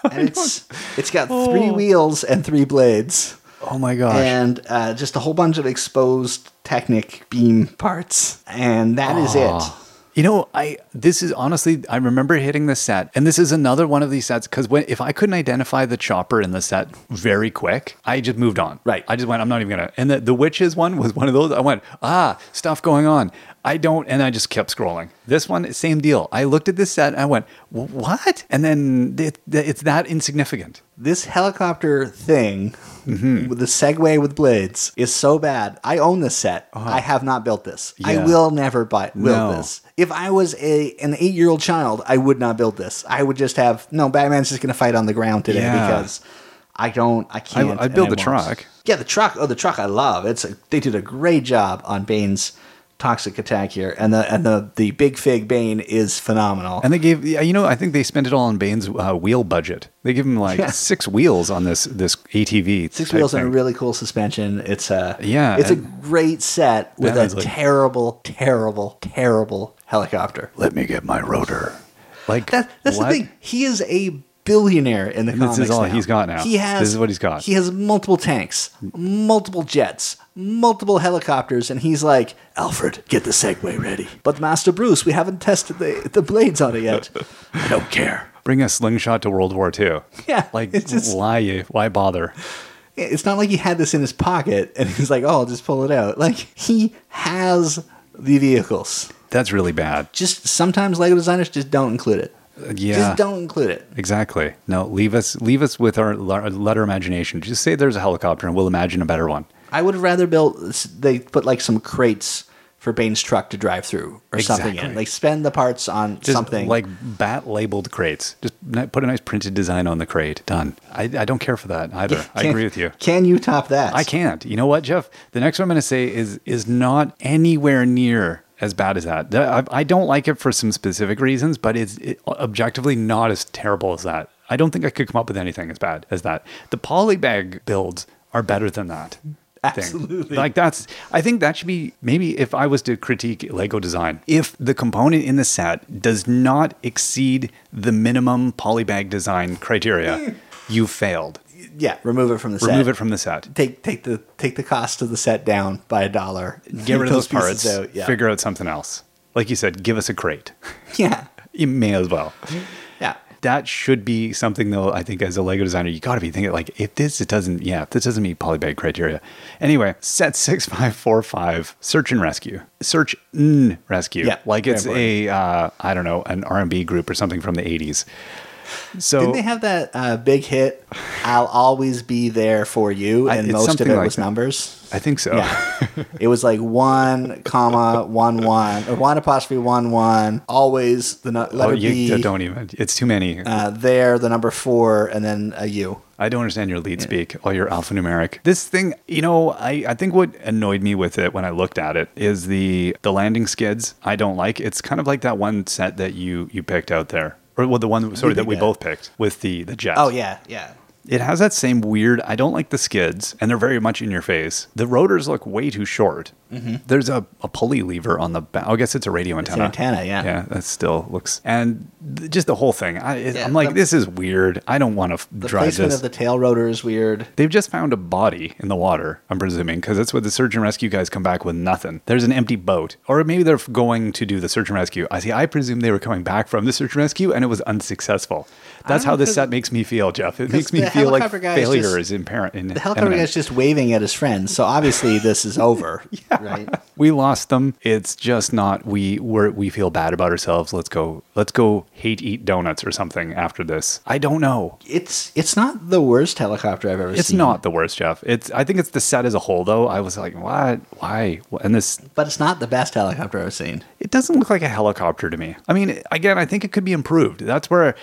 and it's it's got three wheels and three blades,
oh my gosh.
and uh, just a whole bunch of exposed Technic beam parts, and that is it.
Ah. You know, I this is honestly I remember hitting this set, and this is another one of these sets because when if I couldn't identify the chopper in the set very quick, I just moved on.
Right.
I just went. I'm not even gonna. And the, the witches one was one of those. I went ah stuff going on. I don't, and I just kept scrolling. This one, same deal. I looked at this set, and I went "Wh- what? And then it, it's that insignificant.
This helicopter thing
Mm-hmm.
with the Segway with blades is so bad. I own this set. I have not built this.
Uh-huh. Yeah.
I will never buy build
No.
this. If I was a an eight year old child, I would not build this. I would just have no. Batman's just going to fight on the ground today
Yeah.
because I don't. I can't.
I'd
and
build the
won't.
truck.
Yeah, the truck. Oh, the truck. I love. It's a, they did a great job on Bane's toxic attack here, and the and the the big fig Bane is phenomenal.
And they gave, yeah, you know, I think they spent it all on Bane's uh, wheel budget. They give him like
Yeah.
six wheels on this this ATV.
Six
type
wheels and a
thing.
really cool suspension. It's a
Yeah,
It's a
and-
great set with a
Batman's like-
terrible, terrible, terrible helicopter.
let me get my rotor. Like
That, that's
what?
the thing. He is a billionaire in the
this
comics.
is all
now.
he's got now.
He has.
This is what he's got.
He has multiple tanks, multiple jets, multiple helicopters, and he's like, Alfred, get the Segway ready. But Master Bruce, we haven't tested the the blades on it yet. I don't care.
Bring a slingshot to World War II.
Yeah,
Like
it's just-
why why bother?
it's not like he had this in his pocket and he's like, oh, I'll just pull it out. Like, he has the vehicles.
That's really bad.
Just sometimes Lego designers just don't include it.
Yeah.
Just don't include it.
Exactly. No, leave us leave us with our lar- let our imagination. Just say there's a helicopter and we'll imagine a better one.
I would have rather built, they put like some crates for Bane's truck to drive through or something in.
Exactly.
Like, spend the parts on
Just
something.
like bat labeled crates. Just ni- put a nice printed design on the crate. Done. I, I don't care for that either. I
Can-
agree with you.
Can you top that?
I can't. You know what, Jeff? The next one I'm going to say is is not anywhere near as bad as that. Th- I, I don't like it for some specific reasons, but it's it, objectively not as terrible as that. I don't think I could come up with anything as bad as that. The polybag builds are better than that. thing.
Absolutely.
Like that's I think that should be maybe if I was to critique Lego design, if the component in the set does not exceed the minimum polybag design criteria, you failed.
Yeah, remove it from the set.
Remove it from the set.
Take take the take the cost of the set down by a dollar.
get rid of those
pieces
parts,
out, Yeah.
figure out something else. Like you said, give us a crate.
yeah.
you may as well.
Yeah.
That should be something though. I think as a Lego designer, you got to be thinking like, if this it doesn't, yeah, if this doesn't meet polybag criteria. Anyway, set six five four five. Search and rescue. Search and rescue.
Yeah,
like
very
it's a uh, I don't know an R and B group or something from the eighties. So
Didn't they have that uh, big hit? I'll always be there for you,
I-
and
it's
most of
something
it
like
was
that. Oh.
numbers.
I think so.
Yeah, it was like one comma one one or one apostrophe one one. Always the nu-
Oh,
letter
you
B.
don't even. It's too many.
Uh, there, the number four, and then a U.
I don't understand your lead speak or your alphanumeric. This thing, you know, I, I think what annoyed me with it when I looked at it is the the landing skids. I don't like. It's kind of like that one set that you you picked out there, or well, the one sorry that we
picked
both picked with the the jet.
Oh yeah, yeah.
It has that same weird. I don't like the skids, and they're very much in your face. The rotors look way too short. There's a, a pulley lever on the back. Oh, I guess it's a radio
Mm-hmm. an
antenna.
antenna, yeah.
yeah. That still looks and th- just the whole thing. I, it,
Yeah,
I'm like,
the-
this is weird. I don't want to
The
drive
placement
this.
of the tail rotor is weird.
They've just found a body in the water, I'm presuming, because that's what the search and rescue guys come back with nothing. There's an empty boat. Or maybe they're going to do the search and rescue. I see, I presume they were coming back from the search and rescue and it was unsuccessful. That's how this set makes me feel, Jeff. It makes me
the
feel like
helicopter guy is
failure
just-
is apparent. In
The helicopter guy's just waving at his friends, so obviously this is over, right?
we lost them. It's just not we we're, we feel bad about ourselves. Let's go. Let's go hate eat donuts or something after this. I don't know.
It's it's not the worst helicopter I've ever
It's
seen.
not the worst, Jeff. It's I think it's the set as a whole though. I was like, what? Why? And this
but it's not the best helicopter I've seen.
it doesn't look like a helicopter to me. I mean, again, I think it could be improved. That's where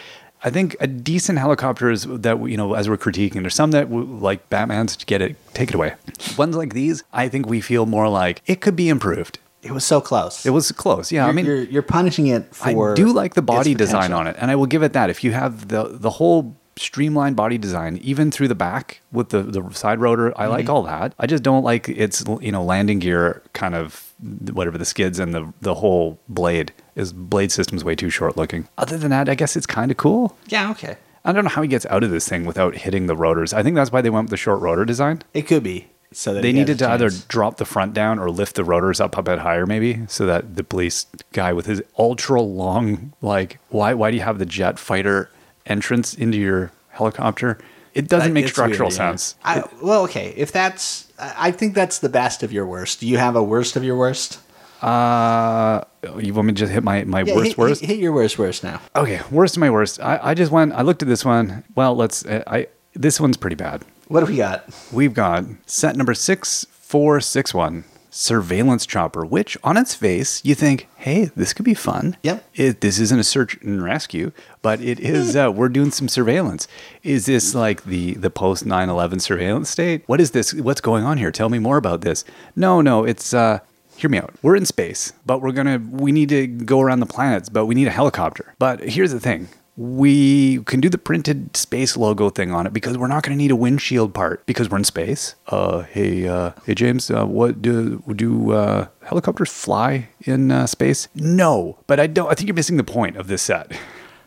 I think a decent helicopter is that you know as we're critiquing. There's some that w- like Batman's get it, take it away. Ones like these, I think we feel more like it could be improved.
It was so close.
It was close, yeah. I mean,
you're, you're punishing it for.
I do like the body
its
design
potential.
on it, and I will give it that. If you have the the whole streamlined body design, even through the back with the the side rotor, I
Mm-hmm.
like all that. I just don't like its you know landing gear kind of whatever the skids and the the whole blade is blade system's way too short looking. Other than that, I guess it's kind of cool.
Yeah, okay.
I don't know how he gets out of this thing without hitting the rotors. I think that's why they went with the short rotor design.
It could be. So that
They
he has
needed
a
to either
chance.
drop the front down or lift the rotors up a bit higher, maybe, so that the police guy with his ultra long, like, why why do you have the jet fighter entrance into your helicopter? It doesn't
That-
make
it's
structural
weird, yeah.
sense.
I, well, okay. If that's, I I think that's the best of your worst. Do you have a worst of your worst?
Uh, you want me to just hit my, my
Yeah,
worst
hit,
worst?
Hit, hit your worst worst now.
Okay, worst of my worst. I, I just went. I looked at this one. Well, let's. I, I this one's pretty bad.
What do we got?
We've got set number 6461, Surveillance Chopper, which on its face you think, hey, this could be fun.
Yep.
It, this isn't a search and rescue, but it is, uh, we're doing some surveillance. Is this like the, the post 9 11 surveillance state? What is this? What's going on here? Tell me more about this. No, no, it's, uh, hear me out. We're in space, but we're gonna, we need to go around the planets, but we need a helicopter. But here's the thing we can do the printed space logo thing on it because we're not going to need a windshield part because we're in space. Uh, hey, uh, hey, James, uh, what do do uh, helicopters fly in uh, space? No, but I don't. I think you're missing the point of this set.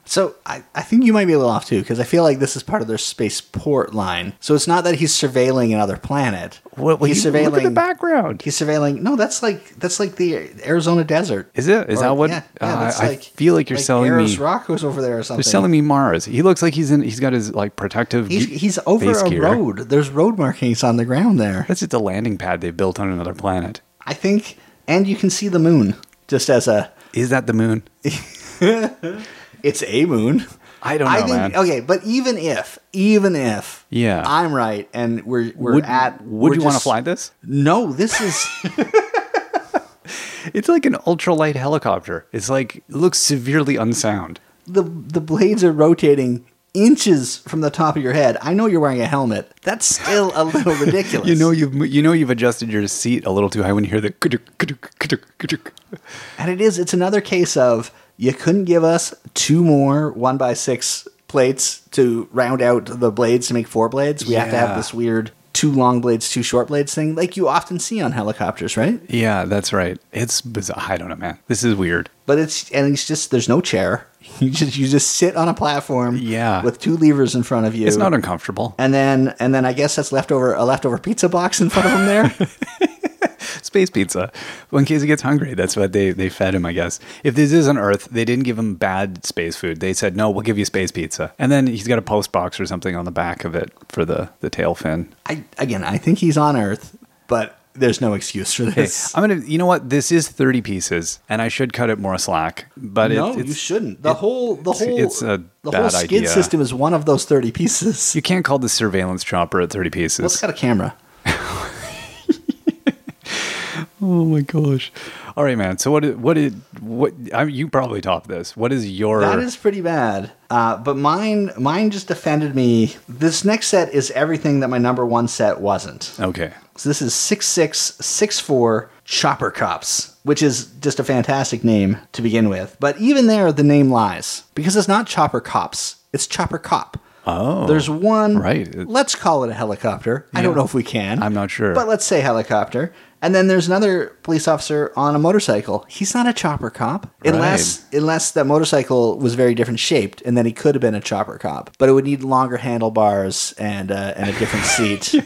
So I, I think you might be a little off too, because I feel like this is part of their spaceport line. So it's not that he's surveilling another planet.
What,
he's
you- Look at the background.
He's surveilling. No, that's like that's like the Arizona desert.
Is it? Is
Or-
that what?
Yeah,
uh,
yeah that's
I
like,
feel like you're
like
selling
Aeros
me.
Rocco's over there or something.
You're selling me Mars. He looks like he's in. He's got his like protective.
He's,
ge-
he's over
face
a
gear.
road. There's road markings on the ground there.
That's just a landing pad they built on another planet.
I think, and you can see the moon just as a.
Is that the moon?
It's a moon.
I don't know,
I think
man.
okay, but even if, even if,
Yeah.
I'm right, and we're we're
would
at.
would
we're
you want to
just-
fly this?
No, this is
It's like an ultralight helicopter. It's like it looks severely unsound.
the the blades are rotating inches from the top of your head. I know you're wearing a helmet. That's still a little ridiculous.
You know you've mo- you know you've adjusted your seat a little too high when you hear the kuduk, kuduk, kuduk, kuduk.
And it is, it's another case of you couldn't give us two more one by six plates to round out the blades to make four blades. We have to
Yeah.
have this weird two long blades, two short blades thing, like you often see on helicopters, right?
Yeah, that's right. It's bizarre. I don't know, man. This is weird.
But it's, and it's just, there's no chair. You just, you just sit on a platform
Yeah.
with two levers in front of you.
It's not uncomfortable.
and then, and then I guess that's leftover, a leftover pizza box in front of him there.
Space pizza. Well, in case he gets hungry, that's what they, they fed him, I guess. If this is on Earth, they didn't give him bad space food. They said, no, we'll give you space pizza. And then he's got a post box or something on the back of it for the, the tail fin.
I, again, I think he's on Earth, but there's no excuse for
Hey,
this.
I'm gonna. You know what? This is 30 pieces, and I should cut it more slack. But it-
no,
it's,
you shouldn't. The whole the
it's-
whole
it's a
the whole
bad
skid
idea.
system is one of those thirty pieces.
You can't call the surveillance chopper at 30
Let's
pieces.
got a camera.
Oh my gosh! All right, man. So what? i- What did? What? I mean, you probably top this. What is your?
That is pretty bad. Uh, but mine mine just offended me. This next set is everything that my number one set wasn't.
okay.
So this is six six six four Chopper Cops, which is just a fantastic name to begin with. But even there, the name lies because it's not Chopper Cops. It's Chopper Cop.
Oh,
There's one.
right.
Let's call it a helicopter. I don't know if we can.
I'm not sure.
But let's say helicopter. And then there's another police officer on a motorcycle. He's not a chopper cop, unless unless that motorcycle was very different shaped, and then he could have been a chopper cop. But it would need longer handlebars and uh, and a different seat.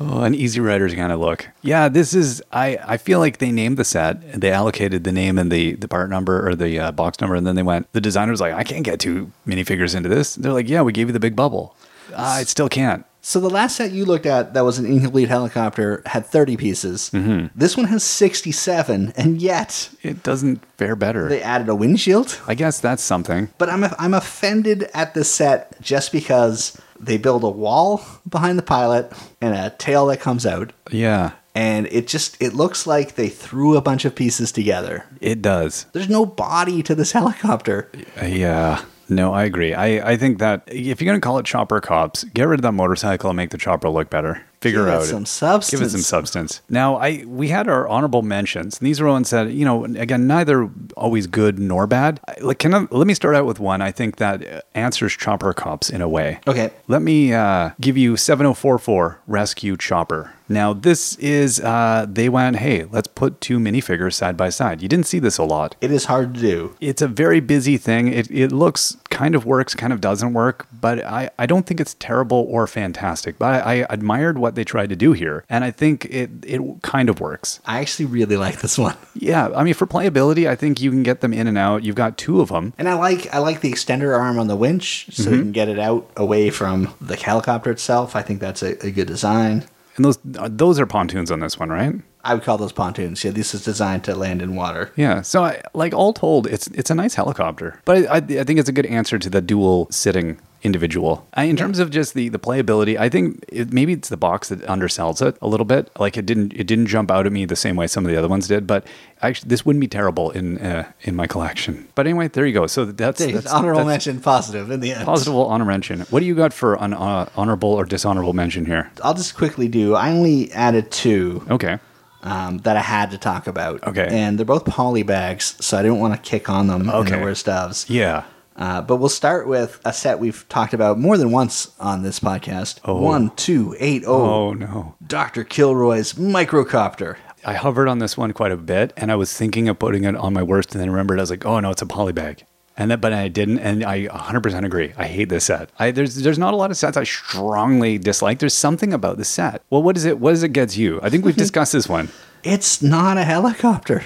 Oh, an Easy Rider's kind of look. Yeah, this is. I I feel like they named the set. They allocated the name and the the part number or the uh, box number, and then they went. The designer was like, I can't get two minifigures into this. They're like, Yeah, we gave you the big bubble. "Ah, I still can't.
So the last set you looked at that was an incomplete helicopter had 30 pieces. Mm-hmm. This one has 67, and yet
It doesn't fare better.
they added a windshield.
I guess that's something.
But I'm I'm offended at this set just because they build a wall behind the pilot and a tail that comes out,
Yeah,
and it just it looks like they threw a bunch of pieces together.
it does.
There's no body to this helicopter.
Yeah. No, I agree. I, I think that if you're going to call it chopper cops, get rid of that motorcycle and make the chopper look better. Figure
Give it
out
some
Give it some
substance.
substance. Now, I we had our honorable mentions, and these were ones that you know, again, neither always good nor bad. I- Like, can I, let me start out with one. I think that uh, answers chopper cops in a way.
Okay.
Let me uh, give you 7044 Rescue Chopper. Now, this is, uh, they went, hey, let's put two minifigures side by side. You didn't see this a lot
It is hard to do.
it's a very busy thing. It, it looks kind of works, kind of doesn't work, but I, I don't think it's terrible or fantastic. But I, I admired what they tried to do here, and I think it it kind of works.
I actually really like this one.
Yeah, I mean for playability, I think you can get them in and out. You've got two of them.
And I like I like the extender arm on the winch so
Mm-hmm.
you can get it out away from the helicopter itself. I think that's a, a good design.
And those uh, those are pontoons on this one, right?
I would call those pontoons. Yeah, this is designed to land in water.
Yeah. So I, like all told, it's it's a nice helicopter, but I, I, I think it's a good answer to the dual sitting individual. I, in terms of just the the playability, I think it, maybe it's the box that undersells it a little bit. Like it didn't it didn't jump out at me the same way some of the other ones did, but actually this wouldn't be terrible in uh, in my collection. But anyway, there you go. So that's,
Hey,
that's
honorable
that's
mention positive in the end.
Positive honor mention. What do you got for an uh, honorable or dishonorable mention here?
I'll just quickly do. I only added two
Okay.
um, that I had to talk about.
Okay.
And they're both poly bags, so I didn't want to kick on them okay.
Okay.
in the worst ofs.
Yeah.
Uh, but we'll start with a set we've talked about more than once on this podcast. Oh. One, two, eight, oh.
Oh no.
Dr. Kilroy's microcopter.
I hovered on this one quite a bit, and I was thinking of putting it on my worst, and then remembered I was like, "Oh no, it's a polybag." and that, but I didn't, and I 100% agree. I hate this set. I, there's there's not a lot of sets I strongly dislike. There's something about the set. Well, what is it? What is it gets you? I think we've discussed this one.
It's not a helicopter.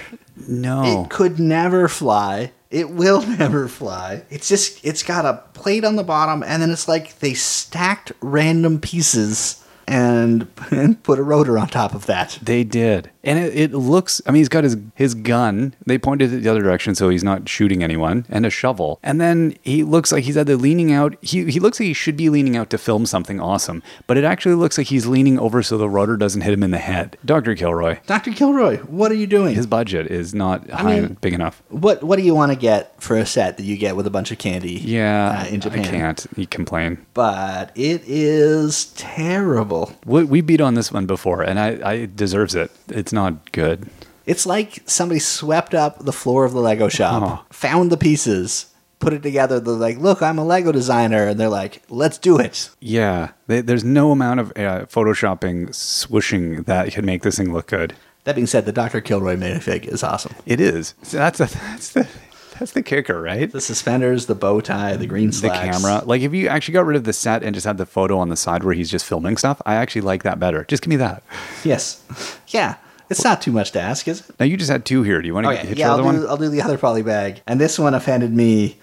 No,
It could never fly. It will never fly. It's just it's got a plate on the bottom, and then it's like they stacked random pieces and, and put a rotor on top of that.
They did, and it, it looks. I mean, he's got his his gun. They pointed it the other direction, so he's not shooting anyone, and a shovel. And then he looks like he's either leaning out. He he looks like he should be leaning out to film something awesome, but it actually looks like he's leaning over so the rotor doesn't hit him in the head. Doctor Kilroy,
Dr. Kilroy, what are you doing?
his budget is not high,
mean-
big enough.
what what do you want to get for a set that you get with a bunch of candy?
Yeah,
uh, in Japan.
I can't. You complain.
But it is terrible.
We, we beat on this one before, and I, I it deserves it. It's not good.
It's like somebody swept up the floor of the Lego
Uh-huh.
shop, found the pieces, put it together. They're like, "Look, I'm a Lego designer," and they're like, "Let's do it."
Yeah, they, there's no amount of uh, photoshopping, swooshing that could make this thing look good.
That being said, the Dr. Kilroy minifig is awesome.
It is. So that's a, that's the that's the kicker, right?
The suspenders, the bow tie, the green
The
slacks.
camera. Like if you actually got rid of the set and just had the photo on the side where he's just filming stuff, I actually like that better. Just give me that.
Yes. Yeah. It's not too much to ask, is it?
Now you just had two here. Do you want to
Okay.
hit
Oh, yeah,
your
I'll
other
do,
one?
I'll do the other poly bag. And this one offended me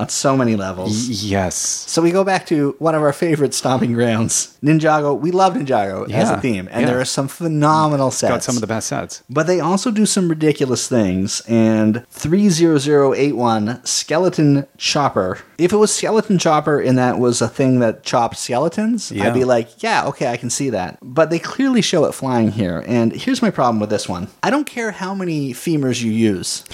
on so many levels.
Yes.
So we go back to one of our favorite stomping grounds, Ninjago. We love Ninjago as
Yeah,
a theme, and
yeah.
there are some phenomenal sets.
Got some of the best sets.
but they also do some ridiculous things. And 30081 Skeleton Chopper. If it was Skeleton Chopper and that was a thing that chopped skeletons,
Yeah.
I'd be like, yeah, okay, I can see that. But they clearly show it flying here. And here's my problem with this one I don't care how many femurs you use,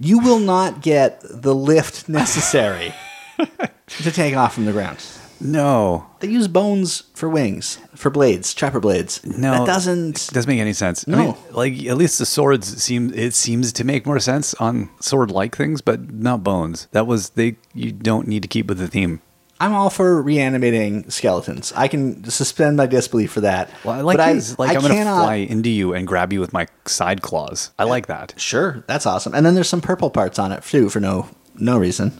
you will not get the lift necessary to take off from the ground.
No,
They use bones for wings, for blades, chopper blades.
no,
that doesn't.
doesn't make any sense. I
No.
mean, like at least the swords seem it seems to make more sense on sword-like things, but not bones. That was they. You don't need to keep with the theme.
I'm all for reanimating skeletons. I can suspend my disbelief for that.
Well, I like
But
his, like
I
I'm going to
cannot-
fly into you and grab you with my side claws. I like that.
Sure, that's awesome. And then there's some purple parts on it too for no no reason.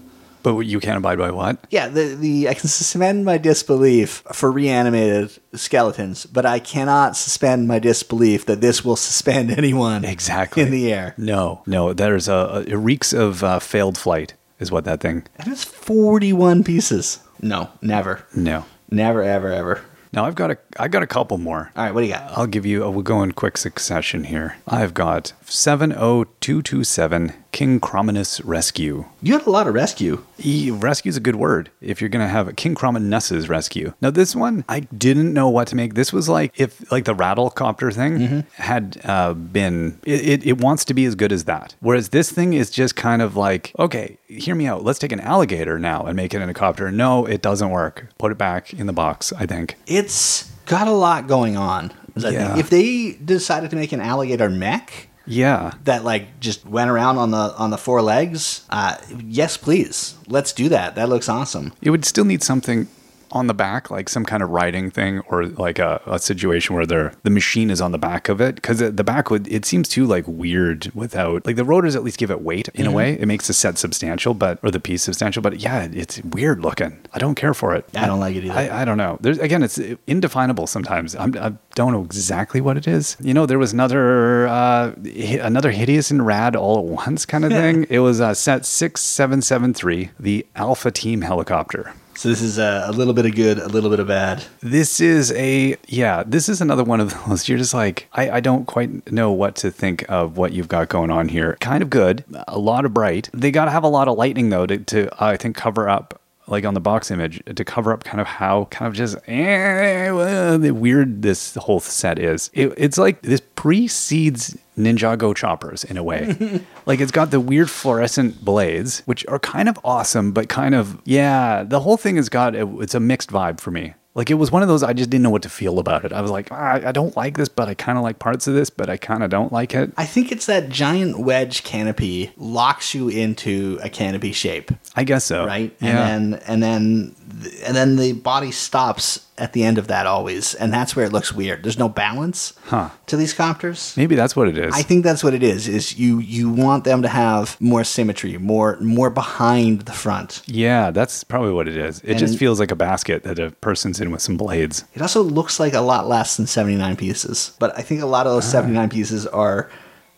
But you can't abide by what?
Yeah, the the I can suspend my disbelief for reanimated skeletons, but I cannot suspend my disbelief that this will suspend anyone
Exactly.
in the air.
No, no. There's a it reeks of uh, failed flight, is what that thing.
And it's 41 pieces. No, never,
No.
never, ever, ever.
Now I've got a I got a couple more.
All right, what do you got?
I'll give you. uh, We'll go in quick succession here. I've got seven o two two seven King Crominus Rescue.
You had a lot of rescue.
E, rescue is a good word if you're going to have a King Crominus's rescue. Now, this one, I didn't know what to make. This was like if, like, the rattle copter thing had uh, been, it, it, it wants to be as good as that. Whereas this thing is just kind of like, okay, hear me out. Let's take an alligator now and make it in a copter. No, it doesn't work. Put it back in the box, I think.
It's got a lot going on. is I think.
Yeah.
If they decided to make an alligator mech
Yeah.
that like just went around on the on the four legs, uh, yes, please, let's do that. That looks awesome.
It would still need something on the back, like some kind of riding thing, or like a, a situation where they're, the machine is on the back of it. Because the back would, it seems too like weird without, like the rotors at least give it weight in
Mm-hmm.
a way. It makes the set substantial, but, or the piece substantial, but yeah, it's weird looking. I don't care for it.
I don't like it either.
I, I don't know. There's again, it's indefinable sometimes. I'm, I don't know exactly what it is. You know, there was another uh, hi- another hideous and rad all at once kind of thing. it was uh, set six seven seven three, the Alpha Team helicopter.
so this is a, a little bit of good, a little bit of bad.
This is a yeah. This is another one of those. You're just like I, I don't quite know what to think of what you've got going on here. Kind of good, a lot of bright. They got to have a lot of lightning though to, to I think cover up like on the box image to cover up kind of how kind of just eh, well, the weird this whole set is. It, it's like this precedes Ninjago choppers in a way. like it's got the weird fluorescent blades, which are kind of awesome, but kind of yeah. The whole thing has got it's a mixed vibe for me. Like it was one of those I just didn't know what to feel about it. I was like, ah, I don't like this, but I kind of like parts of this, but I kind of don't like it.
I think it's that giant wedge canopy locks you into a canopy shape,
I guess so.
right?
Yeah.
And then and then th- and then the body stops at the end of that always, and that's where it looks weird. There's no balance
Huh.
to these copters.
Maybe that's what it is.
I think that's what it is. Is you you want them to have more symmetry, more more behind the front.
yeah, that's probably what it is. It just
And-
feels like a basket that a person's in with some blades.
It also looks like a lot less than 79 pieces, but I think a lot of
Ah.
those 79 pieces are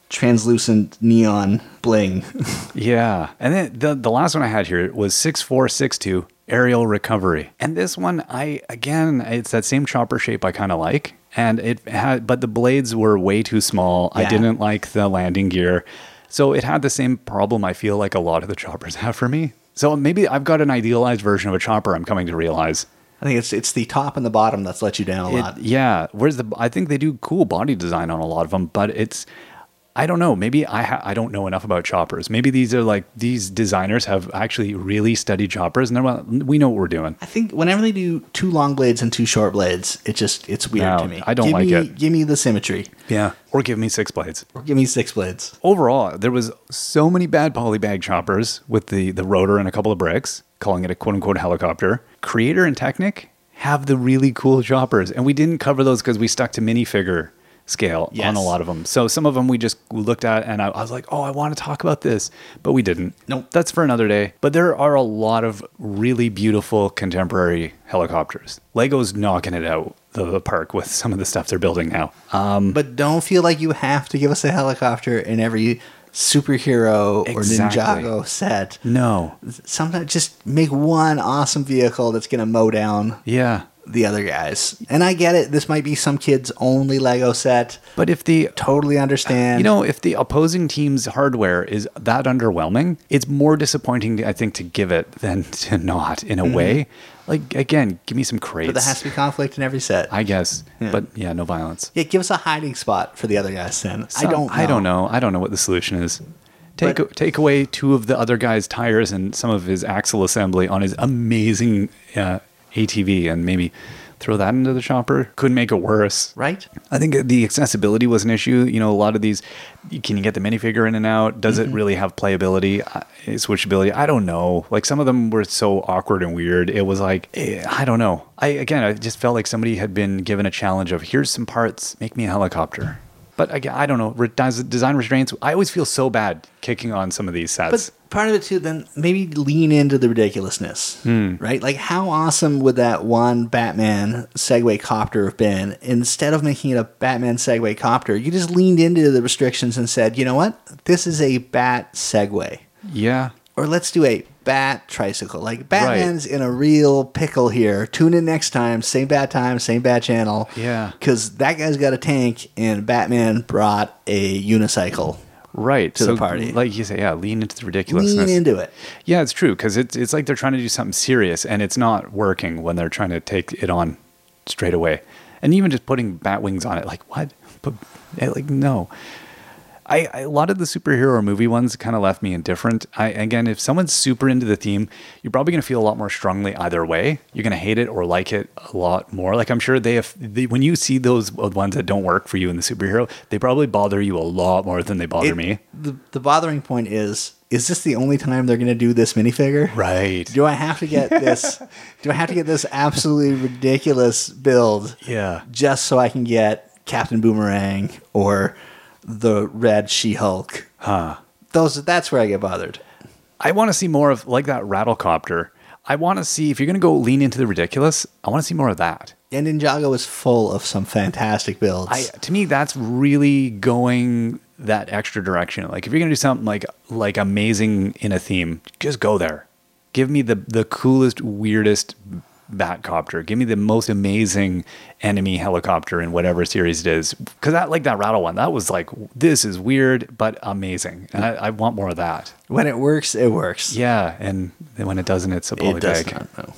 translucent neon bling.
Yeah. And then the, the last one I had here was 6462 Aerial Recovery. And this one, I, again, it's that same chopper shape I kind of like. And it had, but the blades were way too small. I
Yeah.
didn't like the landing gear. So it had the same problem I feel like a lot of the choppers have for me. So maybe I've got an idealized version of a chopper I'm coming to realize.
I think it's it's the top and the bottom that's let you down a
It-
lot.
yeah, where's the? I think they do cool body design on a lot of them, but it's. I don't know. Maybe I ha- I don't know enough about choppers. Maybe these are like these designers have actually really studied choppers, and they're well, we know what we're doing.
I think whenever they do two long blades and two short blades, it just it's weird
No,
to me.
I don't
give
like
me,
it.
Give me the symmetry.
Yeah, or give me six blades.
Or give me six blades.
Overall, there was so many bad polybag choppers with the the rotor and a couple of bricks, calling it a quote unquote helicopter. Creator and Technic have the really cool choppers, and we didn't cover those because we stuck to minifigure scale on
Yes.
a lot of them. So some of them we just looked at, and I, I was like, oh, I want to talk about this, but we didn't.
Nope.
that's for another day. But there are a lot of really beautiful contemporary helicopters. Lego's knocking it out of the park with some of the stuff they're building now. Uh, Um,
But don't feel like you have to give us a helicopter in every superhero
Exactly.
or Ninjago set.
No,
Sometimes just make one awesome vehicle that's gonna mow down
yeah.
the other guys. And I get it, this might be some kid's only Lego set.
But if the
Totally understand.
You know, if the opposing team's hardware is that underwhelming, it's more disappointing, I think, to give it than to not in a way. Like, again, give me some crates.
Mm-hmm. but there has to be conflict in every set.
I guess.
Yeah.
But yeah, no violence.
yeah, give us a hiding spot for the other guys then. I
So-
don't know.
I don't know. I don't know what the solution is. Take,
But-
take away two of the other guy's tires and some of his axle assembly on his amazing uh, ATV and maybe throw that into the chopper. Could make it worse.
Right?
I think the accessibility was an issue. You know, a lot of these, can you get the minifigure in and out? Does
Mm-hmm.
it really have playability, uh, switchability? I don't know. Like some of them were so awkward and weird. It was like, eh, I don't know. I again, I just felt like somebody had been given a challenge of here's some parts, make me a helicopter. But again, I don't know. Re- des- design restraints. I always feel so bad kicking on some of these sets.
But part of it too, then maybe lean into the ridiculousness,
Hmm.
right? Like, how awesome would that one Batman Segway copter have been? Instead of making it a Batman Segway copter, you just leaned into the restrictions and said, you know what? This is a Bat Segway,
yeah.
or let's do a Bat tricycle. Like, Batman's in a real pickle here. Tune in next time, same bat time, same bat channel.
Yeah.
because that guy's got a tank, and Batman brought a unicycle.
Right.
To the party.
Like you say, yeah, lean into the ridiculousness.
Lean into it.
Yeah, it's true because it's it's like they're trying to do something serious and it's not working when they're trying to take it on straight away, and even just putting bat wings on it, like what? But eh, like no. I, I, a lot of the superhero movie ones kind of left me indifferent. I, again, if someone's super into the theme, you're probably going to feel a lot more strongly either way. You're going to hate it or like it a lot more. Like I'm sure they, have, they when you see those ones that don't work for you in the superhero, they probably bother you a lot more than they bother
it-
me.
The, the bothering point is: is this the only time they're going to do this minifigure?
Right.
Do I have to get this? do I have to get this absolutely ridiculous build?
Yeah.
Just so I can get Captain Boomerang or the Red She Hulk. Huh. Those. That's where I get bothered.
I want to see more of like that rattlecopter. I want to see if you're going to go lean into the ridiculous. I want to see more of that.
And Ninjago is full of some fantastic builds.
I to me that's really going that extra direction. Like if you're going to do something like like amazing in a theme, just go there. Give me the the coolest, weirdest batcopter. Give me the most amazing enemy helicopter in whatever series it is. Because that like that rattle one, that was like this is weird but amazing. And I, I want more of that.
when it works, it works.
Yeah, and when it doesn't, it's a
It
polybag.
does not. No.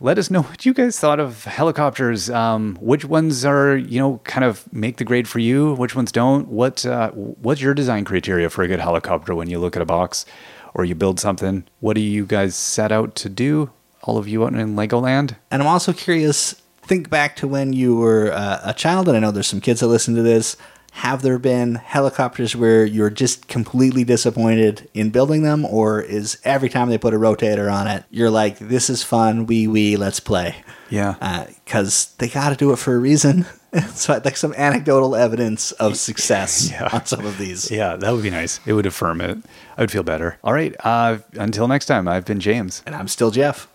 let us know what you guys thought of helicopters. Um, which ones are you know kind of make the grade for you? Which ones don't? What uh, what's your design criteria for a good helicopter when you look at a box or you build something? What do you guys set out to do? All of you out in Legoland?
And I'm also curious, think back to when you were uh, a child, and I know there's some kids that listen to this. Have there been helicopters where you're just completely disappointed in building them, or is every time they put a rotator on it, you're like, this is fun, wee wee, let's play?
Yeah.
Because they got to do it for a reason. so I'd like some anecdotal evidence of success
Yeah.
on some of these.
Yeah, that would be nice. It would affirm it. I would feel better. All right. Uh, until next time, I've been James.
And I'm still Jeff.